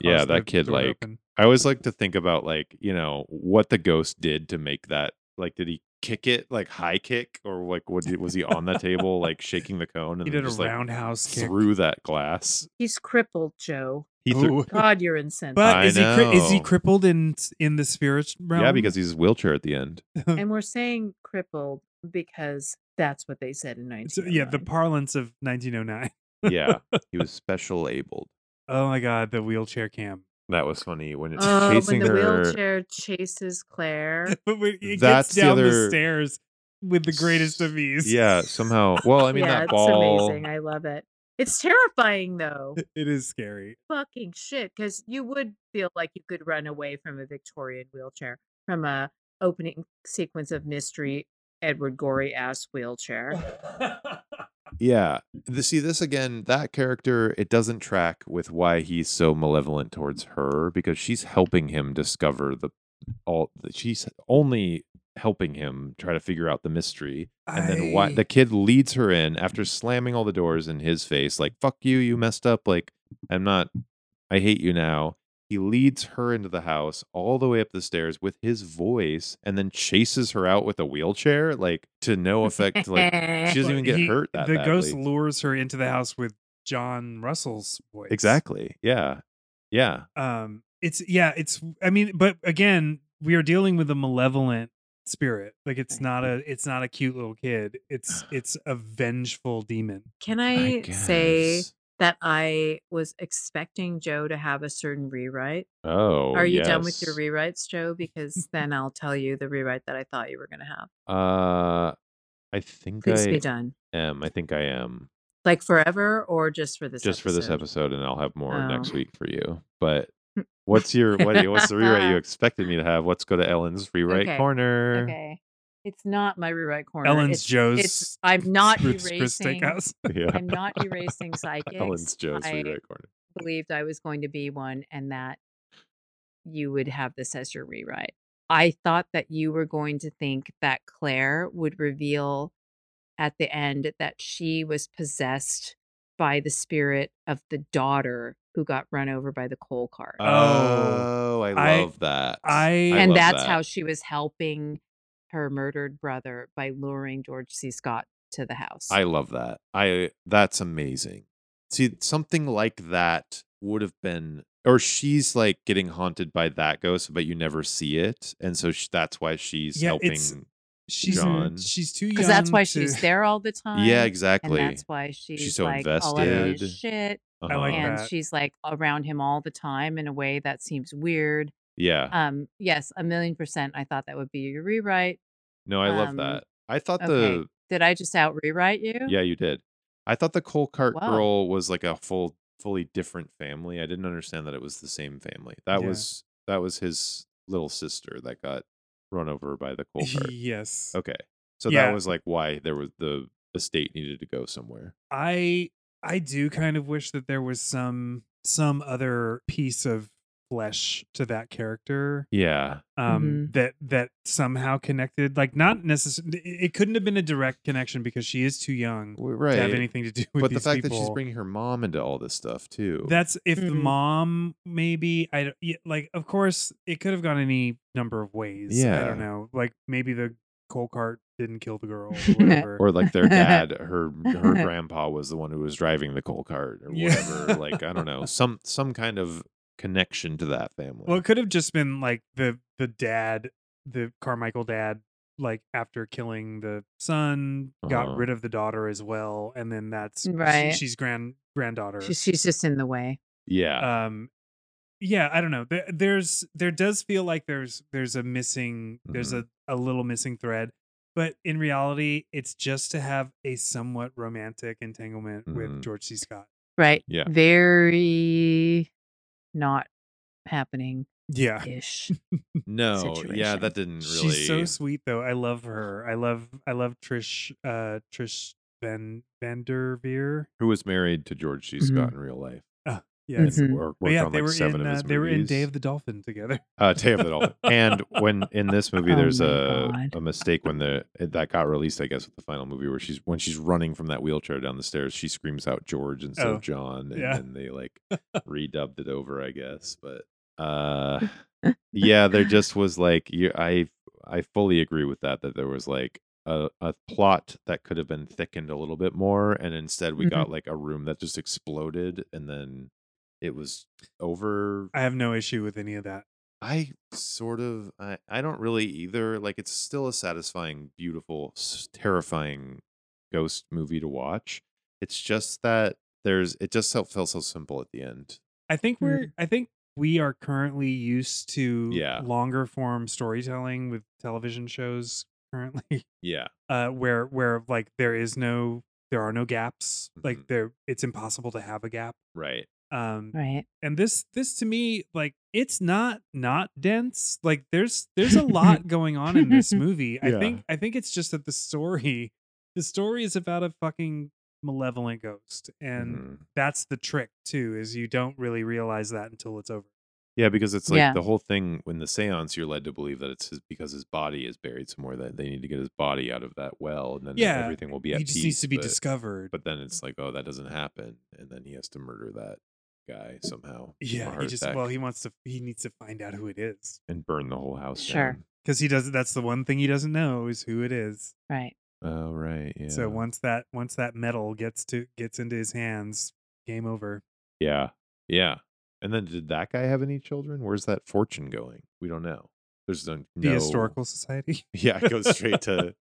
A: Yeah,
B: caused
A: that
B: the
A: kid,
B: door
A: like-
B: open.
A: I always like to think about like, you know, what the ghost did to make that like did he kick it like high kick or like what did, was he on the table like shaking the cone and
B: he
A: then
B: did a
A: uh, just like
B: roundhouse kick.
A: threw that glass.
C: He's crippled, Joe.
A: He threw
B: Ooh.
C: God, you're insensitive.
B: But
A: I
B: is he cri- is he
A: know.
B: crippled in in the spirit realm?
A: Yeah, because he's wheelchair at the end.
C: and we're saying crippled because that's what they said in oh 19.
B: So, yeah, the parlance of 1909.
A: Yeah. he was special abled.
B: Oh my god, the wheelchair cam.
A: That was funny when it's
B: Uh,
C: oh, when
A: chasing
C: the
A: her.
C: wheelchair chases Claire.
B: But when it
A: That's
B: gets
A: the
B: down the,
A: other-
B: stairs with the greatest of ease.
A: Yeah, somehow. Well, I mean
C: yeah,
A: that
C: it's
A: ball.
C: amazing. I love it. It's terrifying though.
B: It is scary.
C: Fucking shit, because you would feel like you could run away from a Victorian wheelchair, from a opening sequence of mystery Edward Gorey ass wheelchair.
A: Oh, Yeah. The, see this again, that character, it doesn't track with why he's so malevolent towards her because she's helping him discover the all she's only helping him try to figure out the mystery. And then why the kid leads her in after slamming all the doors in his face, like, fuck you, you messed up, like I'm not I hate you now. He leads her into the house all the way up the stairs with his voice and then chases her out with a wheelchair, like to no effect, like she doesn't even get
B: He-
A: hurt that
B: The ghost
A: badly.
B: lures her into the house with John Russell's voice.
A: Exactly. Yeah. Yeah.
B: Um it's yeah, it's I mean, but again, we are dealing with a malevolent spirit. Like
A: Mm-hmm.
B: it's not a it's not a cute little kid. It's it's a vengeful demon.
C: Can I say that I was expecting Joe to have a certain rewrite?
A: Oh.
C: Are you done with
A: yes.
C: your rewrites, Joe? Because then I'll tell you the rewrite that I thought you were going to have.
A: Uh, I think
C: Please
A: I
C: be done.
A: am. I think I am.
C: Like forever or just for this
A: Just for this episode, and I'll have more next
C: Oh.
A: week for you. But what's your what, what's the rewrite you expected me to have? Let's go to Ellen's rewrite
C: Okay.
A: corner.
C: Okay. It's not my rewrite corner.
B: Ellen's
C: it's,
B: Joe's
C: it's I'm not
B: Ruth's Chris
C: erasing
B: Steakhouse.
A: Yeah.
C: I'm not erasing psychics.
A: Ellen's Joe's
C: I
A: rewrite corner.
C: believed I was going to be one and that you would have this as your rewrite. I thought that you were going to think that Claire would reveal at the end that she was possessed by the spirit of the daughter who got run over by the coal cart.
B: Oh,
A: Oh, I
B: I-
A: love that.
B: I-
A: love
C: and that's
A: that.
C: how she was helping her murdered brother by luring George C. Scott to the house.
A: I love that. I that's amazing. See, something like that would have been or she's like getting haunted by that ghost but you never see it and so sh- that's why she's
B: Yeah,
A: helping.
B: it's- She's
A: John.
B: she's too young.
C: because that's why
B: to-
C: she's there all the time.
A: yeah,
C: and
A: exactly.
C: that's why she's,
A: so
C: like "Oh, all of his
A: invested.
C: shit.
B: I like
A: Uh-huh.
C: and
B: that.
C: she's like around him all the time in a way that seems weird.
A: Yeah.
C: Um, yes, a million percent. I thought that would be your rewrite.
A: No, I love
C: um,
A: that. I thought
C: okay. Did I just out rewrite you?
A: the yeah, you did. I thought the Cole Cart
C: Wow.
A: girl was like a full fully different family. I didn't understand that it was the same family. That
B: Yeah.
A: was that was his little sister that got run over by the Cole Cart.
B: yes.
A: Okay. So
B: Yeah.
A: that was like why there was the estate needed to go somewhere.
B: I I do kind of wish that there was some some other piece of flesh to that character
A: Yeah.
B: um
C: Mm-hmm.
B: that that somehow connected like not necessarily it couldn't have been a direct connection because she is too young
A: W- Right.
B: to have anything to do with
A: but the
B: these
A: fact
B: people.
A: that she's bringing her mom into all this stuff too.
B: That's if the
C: Mhm.
B: mom maybe I don't- yeah, like of course it could have gone any number of ways. I
A: Yeah.
B: don't know. Like maybe the coal cart didn't kill the girl or whatever.
A: or like their dad, her her grandpa was the one who was driving the coal cart or
B: Yeah.
A: whatever. like I don't know, some some kind of connection to that family.
B: well, it could have just been like the the dad, the Carmichael dad, like after killing the son,
A: Uh-huh.
B: got rid of the daughter as well, and then that's she-
C: Right.
B: she's grand granddaughter.
C: She- she's just in the way.
A: yeah,
B: um yeah i don't know there, there's there does feel like there's there's a missing there's a,
A: Mm-hmm.
B: a little missing thread but in reality it's just to have a somewhat romantic entanglement
A: Mhm.
B: with george c scott
C: Right.
A: Yeah.
C: Very not happening
B: yeah
C: ish.
A: no, yeah,
C: situation.
A: that didn't really.
B: she's so sweet though i love her i love i love trish uh trish van vanderveer
A: who was married to George C.
C: Mhm.
A: Scott in real life?
B: yes
C: Mhm.
A: And wor- Mm-hmm. worked
B: Mm-hmm. But yeah,
A: on
B: they
A: like
B: were
A: seven
B: in
A: of
B: uh,
A: his
B: they were in Day
A: movies.
B: of the Dolphin together.
A: Uh, Day of the Dolphin. and when in this movie,
C: Oh
A: there's
C: my
A: a,
C: God.
A: a mistake when the that got released. I guess with the final movie where she's when she's running from that wheelchair down the stairs, she screams out George instead
B: Oh,
A: of John, and
B: yeah.
A: then they like redubbed it over. I guess, but uh, yeah, there just was like you, I I fully agree with that. That there was like a, a plot that could have been thickened a little bit more, and instead we
C: Mhm.
A: got like a room that just exploded, and then it was over
B: I have no issue with any of that.
A: I sort of I, I don't really either. Like it's still a satisfying, beautiful, s- terrifying ghost movie to watch. It's just that there's it just felt, felt so simple at the end.
B: I think
A: Hmm.
B: we're I think we are currently used to
A: Yeah.
B: longer form storytelling with television shows currently
A: Yeah.
B: uh where where like there is no there are no gaps
A: Mhm.
B: like there it's impossible to have a gap
A: Right.
B: um
C: right.
B: and this this to me like it's not not dense like there's there's a lot going on in this movie
A: Yeah.
B: i think i think it's just that the story the story is about a fucking malevolent ghost and
A: Mhm.
B: that's the trick too is you don't really realize that until it's over
A: Yeah, because it's like
C: Yeah.
A: the whole thing when the seance you're led to believe that it's his, because his body is buried somewhere that they need to get his body out of that well and then
B: Yeah,
A: everything will be at
B: he just
A: peace.
B: needs to be
A: but,
B: discovered
A: but then it's like, oh, that doesn't happen. And then he has to murder that guy somehow. from a
B: yeah he
A: heart
B: just
A: attack
B: well he wants to he needs to find out who it is
A: and burn the whole house
C: Sure.
A: down.
B: because he does that's the one thing he doesn't know is who it is
C: Right.
A: Oh right, yeah.
B: so once that once that metal gets to gets into his hands game over
A: Yeah. Yeah. And then did that guy have any children? Where's that fortune going? We don't know. There's no,
B: the
A: no-
B: historical society
A: Yeah, it goes straight to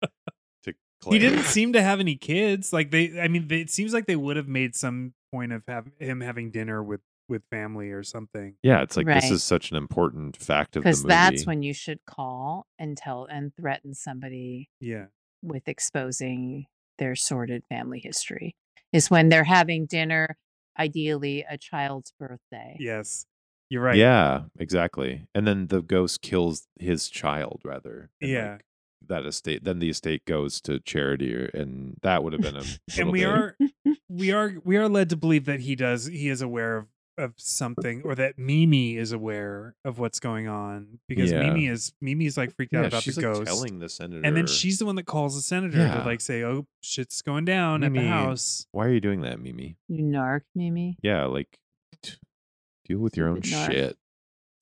A: to
B: he
A: Claire.
B: didn't seem to have any kids like they i mean they, it seems like they would have made some point of have, him having dinner with with family or something
A: Yeah, it's like this
C: Right.
A: is such an important fact of the
C: Because
A: movie.
C: that's when you should call and tell and threaten somebody
B: yeah
C: with exposing their sordid family history, is when they're having dinner, ideally a child's birthday.
B: yes you're right
A: Yeah, exactly. And then the ghost kills his child rather. and,
B: Yeah.
A: like, that estate then the estate goes to charity or, and that would have been a little
B: and we
A: bit-
B: are we are we are led to believe that he does he is aware of of something or that mimi is aware of what's going on because
A: Yeah.
B: mimi is mimi is like freaked out
A: yeah,
B: about
A: she's
B: the
A: like
B: ghost
A: telling the senator
B: and then she's the one that calls the senator
A: Yeah.
B: to like say oh shit's going down at
A: Mimi.
B: the house
A: Why are you doing that, Mimi?
C: You narc, Mimi.
A: Yeah, like t- deal with your own
C: Stupid narc.
A: shit.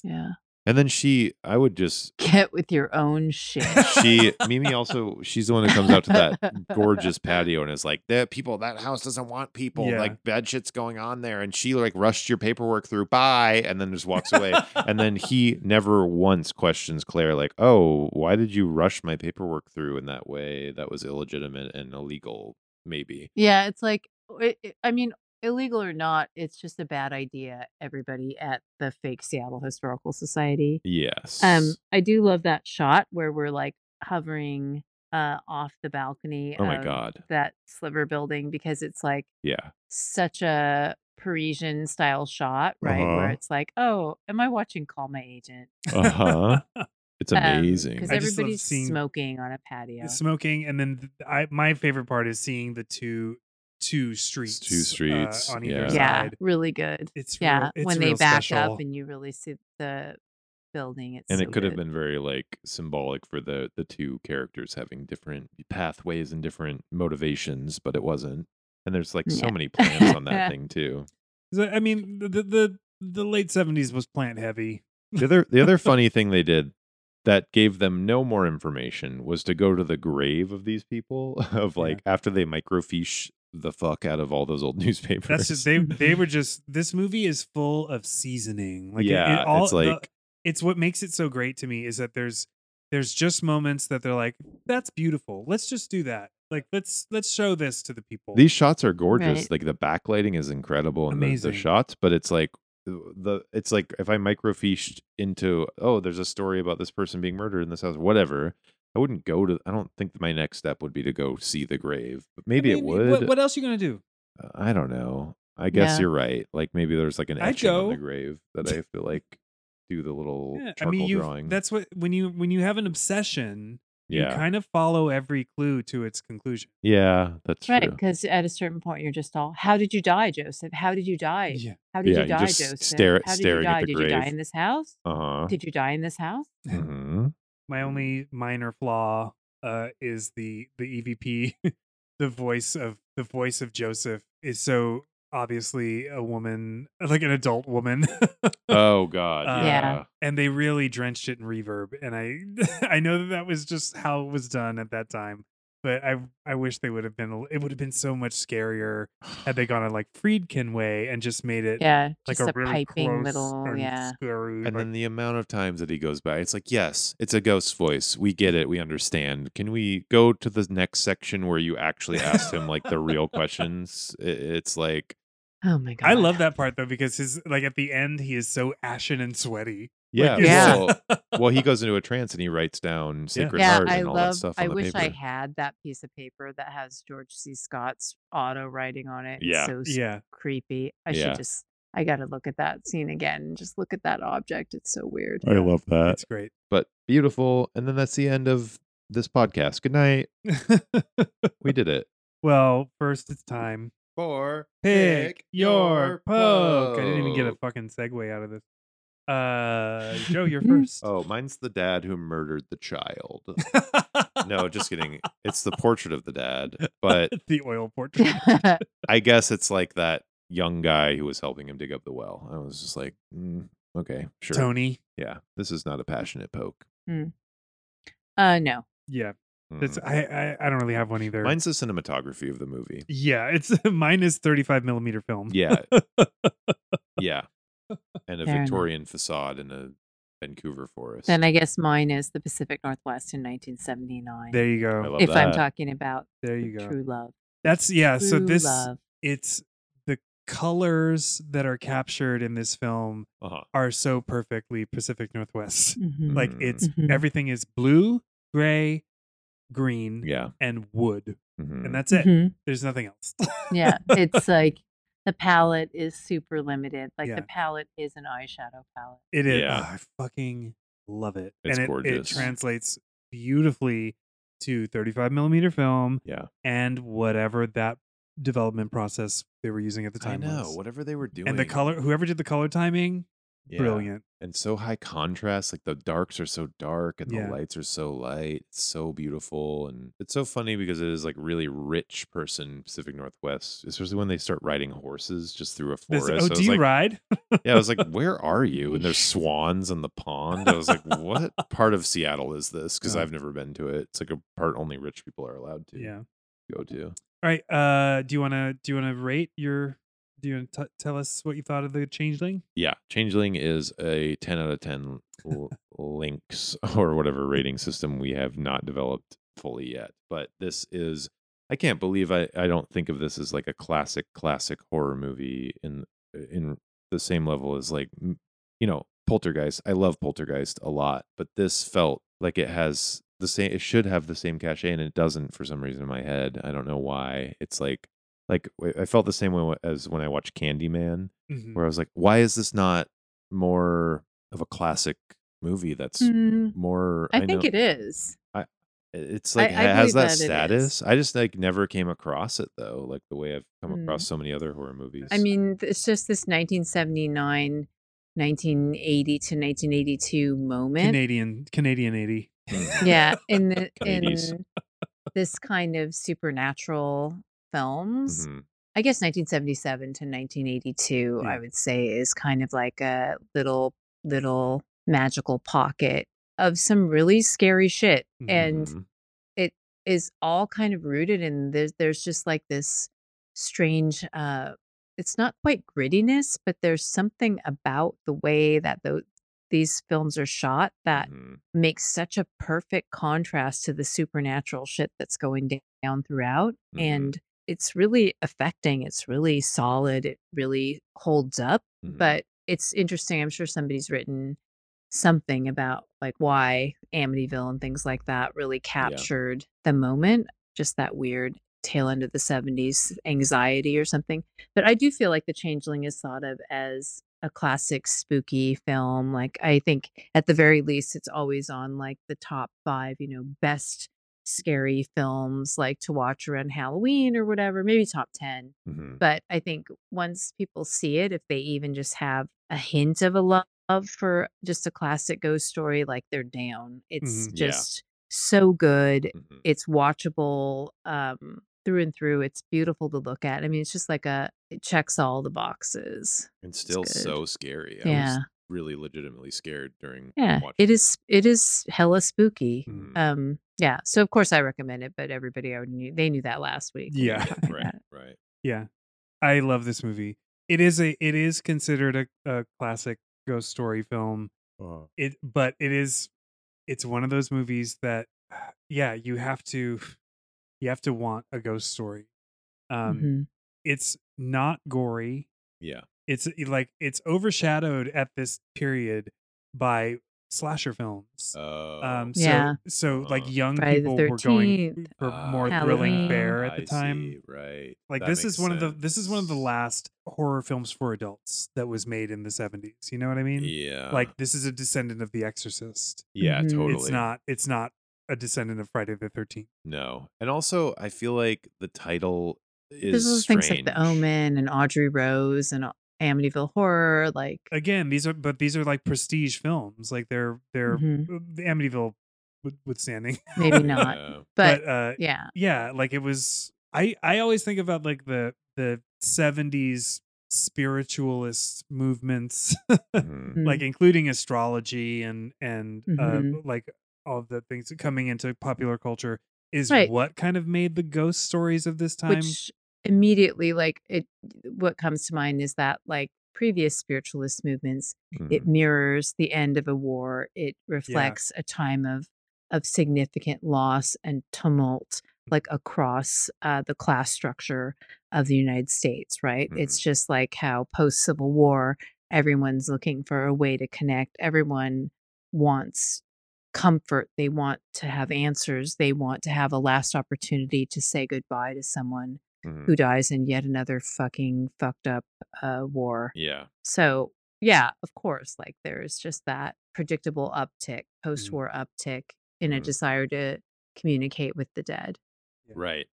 C: Yeah.
A: And then she, I would just
C: Get with your own shit.
A: she Mimi also she's the one who comes out to that gorgeous patio and is like that people that house doesn't want people
B: Yeah.
A: like bad shit's going on there and she like rushed your paperwork through bye and then just walks away and then he never once questions Claire like oh why did you rush my paperwork through in
C: Um,
A: that way that was illegitimate and illegal maybe
C: Yeah, it's like it, it- I mean, illegal or not, it's just a bad idea, everybody at the fake Seattle Historical Society.
A: Yes. Oh
C: Um, I do love that shot where we're like hovering uh off the balcony
A: oh my
C: of
A: god.
C: that sliver building because it's like
A: Yeah.
C: such a Parisian style shot, right? Where
A: Uh-huh.
C: it's like, oh, am I watching Call My Agent?
A: Uh huh. It's
C: Um,
A: amazing.
C: Because
B: I just love
C: everybody's
B: seeing-
C: smoking on a patio.
B: smoking and then th- I, my favorite part is seeing the two two streets uh,
A: streets,
B: on either
A: yeah.
C: Yeah,
B: side
C: really good.
B: it's
C: yeah,
B: real, it's
C: when they
B: real
C: back
B: special.
C: up and you really see the building, it's
A: and
C: so
A: it could have
C: good.
A: been very like symbolic for the the two characters having different pathways and different motivations, but it wasn't. And there's like so
C: Yeah.
A: many plants on that thing too.
B: So, i mean the, the the the late 70s was plant heavy
A: The other the other funny thing they did that gave them no more information was to go to the grave of these people of
B: Yeah.
A: like after they microfiche the fuck out of all those old newspapers.
B: that's just they they were just this movie is full of seasoning like it- it
A: Yeah,
B: all-
A: it's
B: the-
A: like-
B: it's what makes it so great to me is that there's there's just moments that they're like that's beautiful let's just do that like let's let's show this to the people
A: These shots are gorgeous.
C: Right.
A: Like the backlighting is incredible and the,
B: Amazing.
A: the shots, but it's like the it's like if I microfished into oh, there's a story about this person being murdered in this house, whatever. I wouldn't go to. I don't think my next step would be to go see the grave. But
B: I
A: maybe
B: mean,
A: it
B: what-
A: would. uh,
B: what, else you gonna do
A: I don't know. I guess
C: Yeah.
A: you're right. Like maybe there's like an
B: I'd
A: etching on the
B: go.
A: grave that I have to like do the little
B: Yeah, I
A: charcoal
B: mean, you
A: drawing.
B: that's what when you when you have an obsession, you
A: yeah,
B: kind of follow every clue to its conclusion.
A: yeah, that's
C: Right,
A: true.
C: because at a certain point, you're just all, "How did you die, Joseph? How did you die?
B: Yeah.
C: How did
A: Yeah,
C: you
A: you
C: die,
A: just
C: Joseph?
A: stare at-
C: How did
A: staring
C: you
A: at
C: die?
A: the
C: did you die
A: grave."
C: in this house?
A: Uh huh.
C: Did you die in this house?
A: hmm
B: My only minor flaw uh, is the the EVP, the voice of the voice of Joseph is so obviously a woman, like an adult woman,
A: Oh God.
B: Uh,
A: yeah.
C: Yeah.
B: and they really drenched it in reverb. And I I know that that was just how it was done at that time. But I I wish they would have been a- it would have been so much scarier had they gone a like Friedkin way and just made it
C: Yeah,
B: like
C: just
B: a,
C: a,
B: really
C: piping
B: close
C: little,
B: and
C: yeah,
B: scary,
A: And
B: like-
A: then the amount of times that he goes by, it's like, yes, it's a ghost voice. We get it. We understand. Can we go to the next section where you actually asked him like the real questions? I- It's like,
C: Oh my god.
B: I love that part though because his like at the end he is so ashen and sweaty.
A: yeah,
B: it's-
C: Yeah.
A: Well, well, he goes into a trance and he writes down Sacred
C: Yeah,
A: Heart
C: I
A: and all that
C: love
A: stuff. On
C: I
A: the
C: wish I
A: paper.
C: had that piece of paper that has George C. Scott's auto writing on it. It's
A: Yeah.
C: so s-
B: Yeah,
C: creepy. I
A: Yeah.
C: should just I gotta look at that scene again. and Just look at that object. It's so weird.
B: I love
A: that.
B: it's great.
A: but beautiful. And then that's the end of this podcast. Good night. We did it.
B: well, first it's time.
A: Four.
B: Pick your poke. I didn't even get a fucking segue out of this. Uh, Joe, you're first.
A: Oh, mine's the dad who murdered the child. No, just kidding. It's the portrait of the dad, but
B: the oil portrait.
C: That's
A: I guess it's like that young guy who was helping him dig up the well. I was just like, mm, okay, sure.
B: Tony.
A: Yeah, this is not a passionate poke.
C: uh no.
B: Yeah,
A: Mm.
B: that's I, I. I don't really have one either.
A: Mine's the cinematography of the movie.
B: yeah, it's mine is 35 millimeter film.
A: Yeah. yeah. And a
C: Fair enough.
A: Victorian facade in a Vancouver forest.
C: Then I guess mine is the Pacific Northwest in nineteen seventy nine.
B: There you
A: I
B: go.
A: love
C: If
A: that.
C: I'm talking about
B: There
C: the
B: you go.
C: true love.
B: That's yeah. so
C: True
B: this
C: love.
B: it's the colors that are captured in this film
A: Uh-huh.
B: are so perfectly Pacific Northwest.
C: Mhm.
B: Like
A: Mm.
B: it's
C: Mhm.
B: everything is blue, gray, green,
A: Yeah.
B: and wood,
A: Mhm.
B: and that's it.
C: Mhm.
B: There's nothing else.
C: yeah. It's like the palette is super limited. Like
B: Yeah.
C: the palette is an eyeshadow palette.
B: It is.
A: Yeah.
B: ah, I fucking love it.
A: It's
B: and it,
A: gorgeous.
B: it translates beautifully to 35 millimeter film
A: Yeah.
B: and whatever that development process they were using at the
A: I
B: time.
A: know.
B: was.
A: Whatever they were doing.
B: And the color, whoever did the color timing,
A: Yeah.
B: brilliant.
A: And so high contrast. Like the darks are so dark and
B: Yeah.
A: the lights are so light. It's so beautiful. And it's so funny because it is like really rich person Pacific Northwest, especially when they start riding horses just through a
B: This,
A: forest.
B: oh,
A: I
B: do
A: was
B: you
A: like,
B: ride?
A: Yeah, I was like, where are you? And there's swans on the pond. I was like, what part of Seattle is this? Because
B: Yeah.
A: I've never been to it. It's like a part only rich people are allowed to
B: Yeah. All
A: go to.
B: right. Uh, do you want to do you want to rate your? Do you want to tell us what you thought of the changeling?
A: Yeah, Changeling is a 10 out of 10 l- links or whatever rating system we have not developed fully yet. But this is I can't believe I, I don't think of this as like a classic classic horror movie in in the same level as like m- you know Poltergeist. I love Poltergeist a lot, but this felt like it has the same. It should have the same cachet, and it doesn't for some reason in my head. I don't know why. It's like like w- I felt the same way as when I watched Candyman,
B: Mhm.
A: where I was like, why is this not more of a classic movie? That's
C: Mm,
A: more.
C: I, think
A: know-
C: it is.
A: it's
C: I-
A: like
C: I
A: it has
C: believe
A: that,
C: that it is.
A: status. I just like never came across it though, like the way I've come
C: Mm.
A: across so many other horror movies.
C: I mean, th- it's just this 1979, 1980 to 1982 moment.
B: Canadian Canadian eighty.
C: yeah in the
A: Canadies.
C: in this kind of supernatural films
A: Mhm.
C: i guess 1977 to 1982
B: Yeah.
C: i would say is kind of like a little little magical pocket of some really scary shit
B: Mm-hmm.
C: and
A: Mhm.
C: is all kind of rooted in there's there's just like this strange uh it's not quite grittiness but there's something about the way that tho- these films are shot that
A: Mhm.
C: makes such a perfect contrast to the supernatural shit that's going da- down throughout
A: Mhm.
C: and it's really affecting it's really solid it really holds up
A: Mhm.
C: but it's interesting i'm sure somebody's written something about like why amityville and things like that really captured the moment just that weird tail end of the 70s anxiety or something but i do feel like the changeling is thought of as a classic spooky film like i think at the very least it's always on like the top five you know best scary films like to watch around halloween or whatever maybe top 10
A: Mhm.
C: but I think once people see it, if they even just have a hint of a lo- love for just a classic ghost story, like they're down. It's
B: Mm-hmm,
A: Mhm. Yeah.
C: just so good.
A: Mhm.
C: It's watchable um, through and through. It's beautiful to look at. I mean, it's just like a, it checks all the boxes.
A: and still
C: good.
A: so scary. I
C: yeah.
A: was really legitimately scared during
C: Yeah.
A: watching
C: It is, it is hella spooky.
B: Mm-hmm.
A: Mhm.
C: Um, yeah. So of course I recommend it, but everybody already knew, they knew that last week. when we were
B: Yeah.
C: talking
A: right,
C: about it.
A: right.
B: Yeah, I love this movie. It is a it is considered a, a classic ghost story film.
A: Uh,
B: It but it is it's one of those movies that yeah you have to you have to want a ghost story. Um,
C: Mhm.
B: It's not gory.
A: Yeah.
B: It's uh, like it's overshadowed at this period by slasher films.
A: Oh,
B: um, so,
C: Yeah.
B: so like
A: Uh-huh.
B: young
C: Friday the
B: people were going
C: 13th,
B: for more
A: ah,
B: thrilling
C: Halloween.
B: fare at the
A: I
B: time
A: see, right.
B: like
A: That
B: this
A: makes
B: is one of the this is one of the
A: sense.
B: last horror films for adults that was made in the 70s you know what i mean
A: Yeah.
B: like this is a descendant of the exorcist
A: yeah,
C: Mhm. It's
A: totally.
B: it's not it's not a descendant of friday the 13th
A: No. And also I feel like the title is
C: There's those
A: strange.
C: things like The "Oh, Omen and Audrey Rose and Amityville Horror. Like,
B: again these are but these are like prestige films like they're they're
C: Mhm.
B: uh, amityville with- withstanding
C: maybe not.
A: Yeah.
C: But,
B: uh
C: yeah.
B: yeah like it was i i always think about like the the 70s spiritualist movements
A: Mhm.
C: mm,
B: like
C: Mm-hmm.
B: including astrology and and uh,
C: Mhm.
B: like all the things that coming into popular culture is
C: Right.
B: what kind of made the ghost stories of this time
C: which immediately, like, it, what comes to mind is that, like, previous spiritualist movements, it
A: Mhm.
C: mirrors the end of a war, it reflects a time of, of significant loss and tumult, like across uh, the class structure of the United States, right? It's just like how post Civil War, everyone's looking for a way to connect. Everyone wants comfort. They want to have answers. They want to have a last opportunity to say goodbye to someone
A: Mhm.
C: who dies in yet another fucking fucked up uh, war.
A: Yeah.
C: So, yeah, of course, like there's just that predictable uptick, post war uptick in a
A: Mhm.
C: desire to communicate with the dead.
A: Right.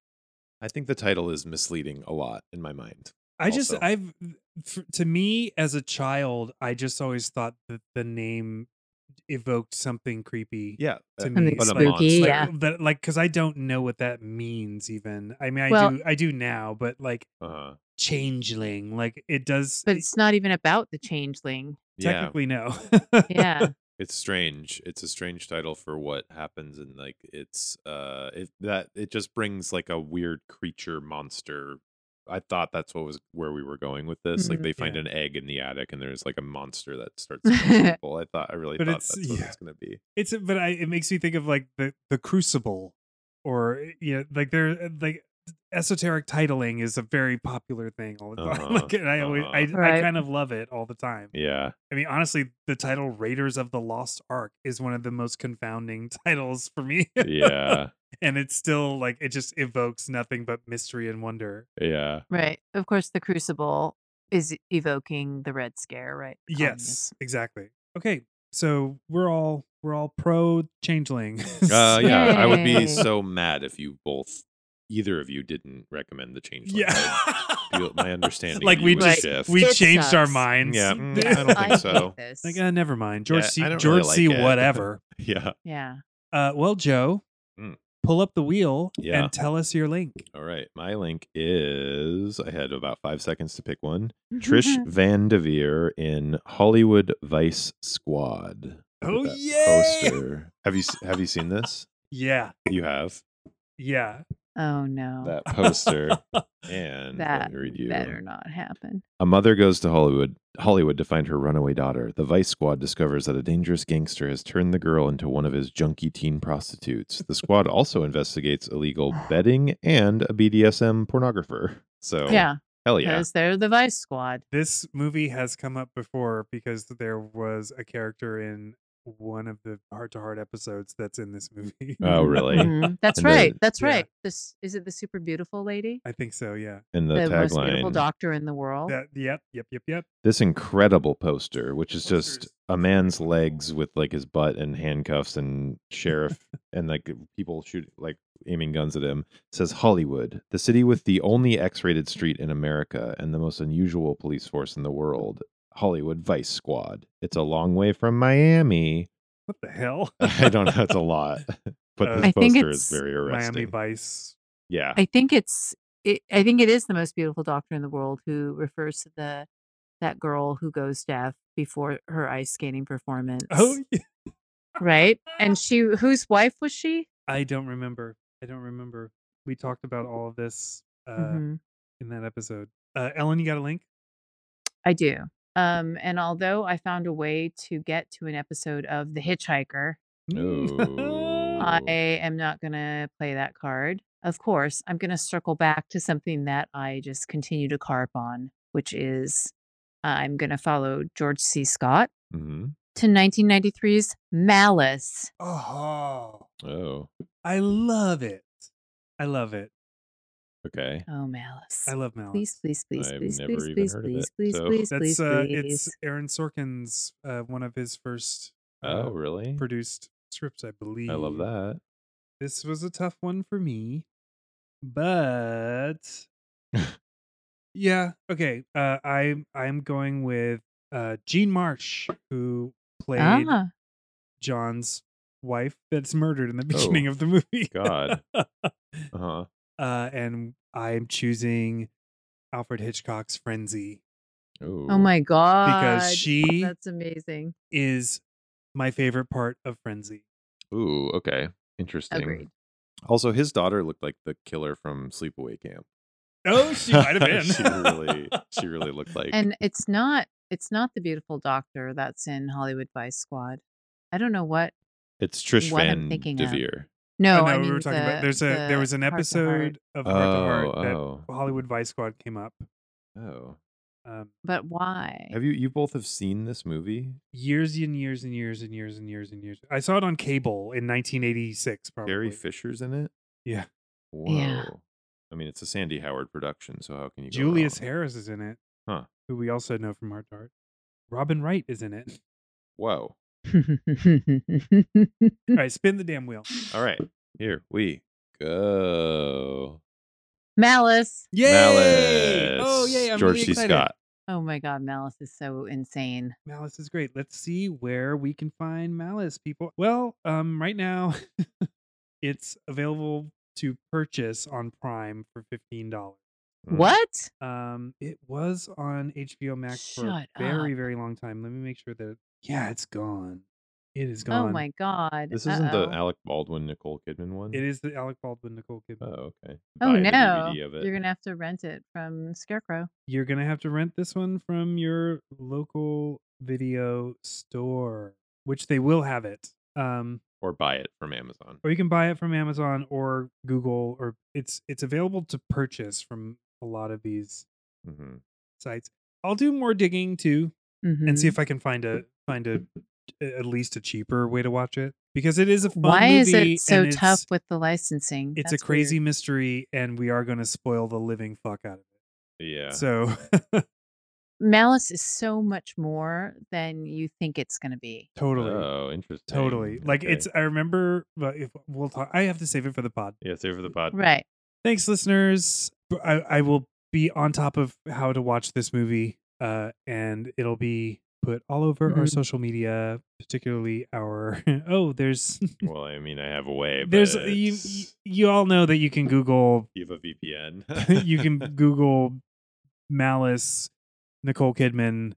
A: I think the title is misleading a lot in my mind.
B: i just
A: also.
B: i've f- to me as a child i just always thought that the name evoked something creepy
A: Yeah.
B: To
A: uh,
B: me,
C: Something
B: But a
C: spooky.
A: monster.
B: like,
C: Yeah.
B: but like because i don't know what that means even i mean i
C: Well-
B: do i do now but like
A: Uh-huh.
B: changeling like it does
C: But it's not even about the changeling.
A: Yeah.
B: technically no
C: Yeah.
A: It's strange. It's a strange title for what happens and like it's uh it that it just brings like a weird creature monster. I thought that's what was where we were going with this. Like
C: Mhm.
A: they find
B: Mm-hmm, Yeah.
A: an egg in the attic and there's like a monster that starts killing people. I thought I really
B: But
A: thought
B: it's-
A: that's what
B: yeah.
A: it's gonna be.
B: it's eh, but I, it makes me think of like the the crucible or you know like there like esoteric titling is a very popular thing all the time.
A: Uh-huh,
B: like, and I always, I,
A: uh-huh.
B: I
C: Right.
B: kind of love it all the time.
A: Yeah.
B: I mean, honestly, the title "Raiders of the Lost Ark" is one of the most confounding titles for me,
A: Yeah.
B: and it's still like it just evokes nothing but mystery and wonder.
A: yeah.
C: Right. Of course, the Crucible is evoking the Red Scare, right? Oh,
B: Yes, exactly. Okay, so we're all we're all pro changeling.
A: Uh, yeah. I would
C: Yay.
A: be so mad if you both, either of you, didn't recommend the change.
B: yeah.
A: my understanding.
B: Like
A: of you
B: we
A: would
C: just-
A: shift.
B: we
C: It
B: changed our
C: sucks.
B: minds.
A: Yeah, mm, I don't
C: Communist.
A: think so.
C: hate this.
B: Like, uh, never mind. George
A: Yeah,
B: C.
A: I don't
B: George
A: really like
B: C.
A: it.
B: Whatever.
A: Yeah.
C: Yeah.
B: Uh, well, Joe,
A: Mm.
B: pull up the wheel
A: Yeah.
B: and tell us your link.
A: All right. My link is I had about five seconds to pick one. Trish Van Devere in Hollywood Vice Squad. Look at
B: Oh,
A: that
B: yeah!
A: Poster. Have you s- have you seen this?
B: Yeah,
A: You have
B: yeah.
C: oh no.
A: that poster. And let
C: That
A: me read you.
C: Better not happen.
A: A mother goes to Hollywood, Hollywood to find her runaway daughter. The Vice Squad discovers that a dangerous gangster has turned the girl into one of his junky teen prostitutes. The squad also investigates illegal betting and a BDSM pornographer. So,
C: yeah.
A: hell Oh, yeah.
C: Because they're the Vice Squad.
B: This movie has come up before because there was a character in one of the heart to heart episodes that's in this movie.
A: Oh, really?
C: Mhm. That's
A: And the-
C: right. That's
B: yeah.
C: right. This is it. The super beautiful lady,
B: I think so. Yeah.
A: And the,
C: most beautiful
A: tagline
C: doctor in the
A: Oh.
C: world.
B: That. Yep. Yep. Yep. Yep.
A: this incredible poster, which is just
B: Posters.
A: a man's legs with like his butt and handcuffs and sheriff and like people shoot like aiming guns at him, says Hollywood, the city with the only X rated street in America and the most unusual police force in the world. Hollywood Vice Squad. It's a long way from Miami.
B: What the hell?
A: I don't know. It's a lot, but
B: Uh,
A: this
C: I think
A: poster is
C: it's
A: very arresting.
B: Miami Vice.
A: Yeah.
C: I think it's. It, I think it is the most beautiful doctor in the world who refers to the that girl who goes deaf before her ice skating performance.
B: Oh,
C: right. And she, whose wife was she?
B: I don't remember. I don't remember. We talked about all of this uh,
A: Mm-hmm.
C: Mhm.
B: in that episode. Uh, Ellen, you got a link?
C: I do. Um, and although I found a way to get to an episode of The Hitchhiker,
A: No.
C: I am not going to play that card. Of course, I'm going to circle back to something that I just continue to carp on, which is I'm going to follow George C. Scott
A: hmm
C: to 1993's Malice.
B: oh,
A: Oh,
B: I love it. I love it.
A: okay.
C: Oh, Malice.
B: I love Malice.
C: Please, please, please,
A: I've
C: please,
A: never
C: please,
A: even
C: please,
A: heard of
C: please,
A: it,
C: please,
A: so-
C: please,
B: That's
C: please,
B: uh, it's
C: please.
B: Aaron Sorkin's uh, one of his first uh,
A: Oh, really?
B: produced scripts, I believe.
A: I love that.
B: This was a tough one for me, but yeah, okay. Uh, I I'm going with uh, Jean Marsh, who played
C: Ah,
B: John's wife that's murdered in
C: Oh,
B: the beginning of the movie.
A: God. Uh huh.
B: uh, and I'm choosing Alfred Hitchcock's Frenzy
C: oh my God. Oh,
B: because she
C: That's amazing.
B: is my favorite part of Frenzy.
A: Ooh, okay. Interesting.
C: Agreed.
A: Also, his daughter looked like the killer from Sleepaway Camp.
B: Oh, she might have been.
A: she really, she really looked like.
C: and it's not it's not the beautiful doctor that's in Hollywood Vice Squad. I don't know what.
A: it's Trish
C: what I'm
A: Van
C: thinking of.
A: Devere.
C: No,
B: Oh,
C: I
B: no,
C: mean
B: we were talking
C: the-
B: about there's a
C: the
B: there was an
C: Heart to Heart.
B: episode of
A: Oh,
B: Heart to Heart that
A: oh,
B: Hollywood Vice Squad came up
A: oh.
B: um,
C: but why?
A: Have you you both have seen this movie?
B: years and years and years and years and years and years. I saw it on cable in 1986. Probably.
A: Gary Fisher's in it.
B: Yeah.
A: Whoa.
C: Yeah.
A: I mean, it's a Sandy Howard production, so how can you? go
B: Julius
A: wrong?
B: Harris is in it.
A: Oh. Huh.
B: Who we also know from Heart to Heart. Robin Wright is in it.
A: Whoa.
B: All right, spin the damn wheel.
A: All right, here we go.
C: Malice.
B: Yay!
A: Malice.
B: Oh, yay! I'm
A: George
B: really
A: C.
B: excited.
A: Scott.
C: Oh my God, Malice is so insane.
B: Malice is great. Let's see where we can find Malice, people. Well, um, right now it's available to purchase on Prime for fifteen dollars.
A: Mm.
C: What?
B: Um, it was on HBO Max for a
C: Shut
B: very,
C: up.
B: very long time. Let me make sure that yeah, it's gone. It is
C: Oh
B: gone.
C: my God.
A: This isn't the
C: Uh-oh.
A: Alec Baldwin Nicole Kidman one.
B: It is the Alec Baldwin Nicole Kidman.
A: Oh, okay.
C: Oh
A: Buy the
C: no!
A: DVD of it.
C: You're gonna have to rent it from Scarecrow.
B: You're gonna have to rent this one from your local video store, which they will have it. Um,
A: or buy it from Amazon.
B: or you can buy it from Amazon or Google, or it's it's available to purchase from a lot of these
A: hmm
B: sites. I'll do more digging too
C: Mhm.
B: and see if I can find a find a at least a cheaper way to watch it because it is a fun
C: Why is
B: movie
C: it so
B: and
C: tough
B: it's-
C: with the licensing?
B: It's
C: That's
B: a
C: weird.
B: crazy mystery, and we are going to spoil the living fuck out of it.
A: Yeah.
B: So
C: Malice is so much more than you think it's going to be.
B: totally,
A: Oh, interesting.
B: totally. Like
A: Okay.
B: it's. I remember. But if we'll talk, I have to save it for the pod.
A: yeah, save for the pod.
C: Right.
B: Thanks, listeners. B- I, I will be on top of how to watch this movie, uh, and it'll be put all over our
C: Mhm.
B: social media, particularly our. oh, there's
A: Well, I mean, I have a way.
B: there's
A: but
B: you, you. You all know that you can Google
A: you have a VPN.
B: you can Google Malice, Nicole Kidman,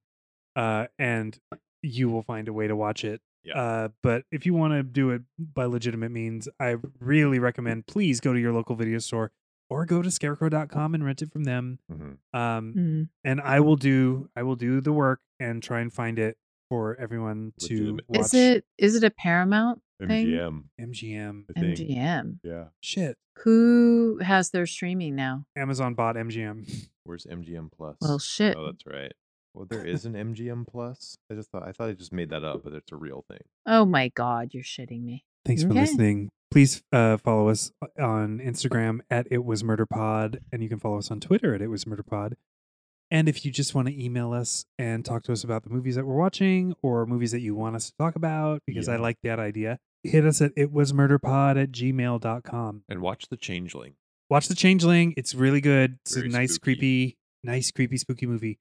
B: uh, and you will find a way to watch it.
A: Yeah.
B: Uh, but if you want to do it by legitimate means, I really recommend please go to your local video store or go to scarecrow.com and rent it from them.
A: Mhm.
B: Um,
C: Mm.
B: and I will do I will do the work and try and find it for everyone to
A: Legitimate.
B: watch
C: Is it is it a Paramount Thing?
A: MGM.
B: MGM.
A: I think.
C: MGM?
A: Yeah.
B: Shit.
C: Who has their streaming now?
B: Amazon bought MGM.
A: Where's MGM Plus?
C: Well, shit.
A: Oh, that's right. Well, there is an MGM Plus. I just thought I thought I just made that up, but it's a real thing.
C: Oh my God, you're shitting me.
B: Thanks for
C: Okay.
B: listening. Please uh, follow us on Instagram at It Was Murder Pod, and you can follow us on Twitter at It Was Murder Pod. And if you just want to email us and talk to us about the movies that we're watching or movies that you want us to talk about, because I
A: Yeah.
B: like that idea, hit us at itwasmurderpod at gmail.com.
A: And watch The Changeling.
B: Watch The Changeling. It's really good. It's
A: Very
B: a nice,
A: spooky.
B: creepy, nice, creepy, spooky movie.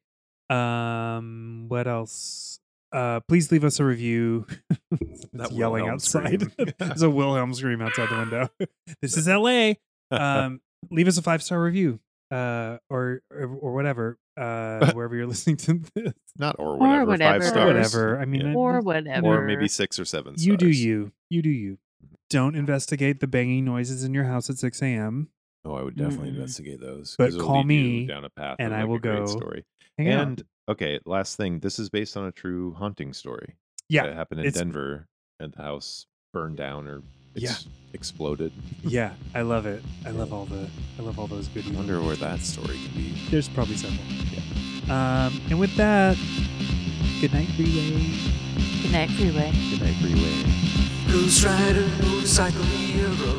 B: Um, what else? Uh, please leave us a review. it's
A: That
B: yelling
A: Wilhelm
B: outside.
A: scream.
B: There's a Wilhelm scream outside the window. this is L.A. Um, leave us a five star review, uh, or, or or whatever, uh, wherever you're listening to this.
A: Not or whatever.
C: Or
A: Five
C: whatever.
A: stars.
B: Or whatever. I mean,
A: Yeah.
B: I-
C: Or
B: that's-
C: whatever.
A: Or maybe six or seven.
B: You do
A: stars.
B: you. You do you. Don't investigate the banging noises in your house at 6 a.m.
A: Oh, I would definitely
C: Mm-mm.
A: investigate those.
B: But
A: 'cause it'll
B: call
A: lead you
B: me,
A: down a path,
B: and
A: of,
B: I
A: like,
B: will
A: a great
B: go
A: Story.
B: Hang out.
A: and okay, last thing. This is based on a true haunting story.
B: Yeah,
A: that happened in
B: it's-
A: Denver, and the house burned down or
B: Yeah.
A: ex- exploded.
B: yeah, I love it. I love all the I love all those good.
A: I wonder where that story could be.
B: There's probably several. Yeah. Um, and with that, good night, freeway.
C: Good night, freeway.
A: Good night, freeway.
D: Ghost Rider, motorcycle hero.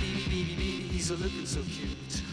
D: Baby, baby, baby, he's a looking so cute.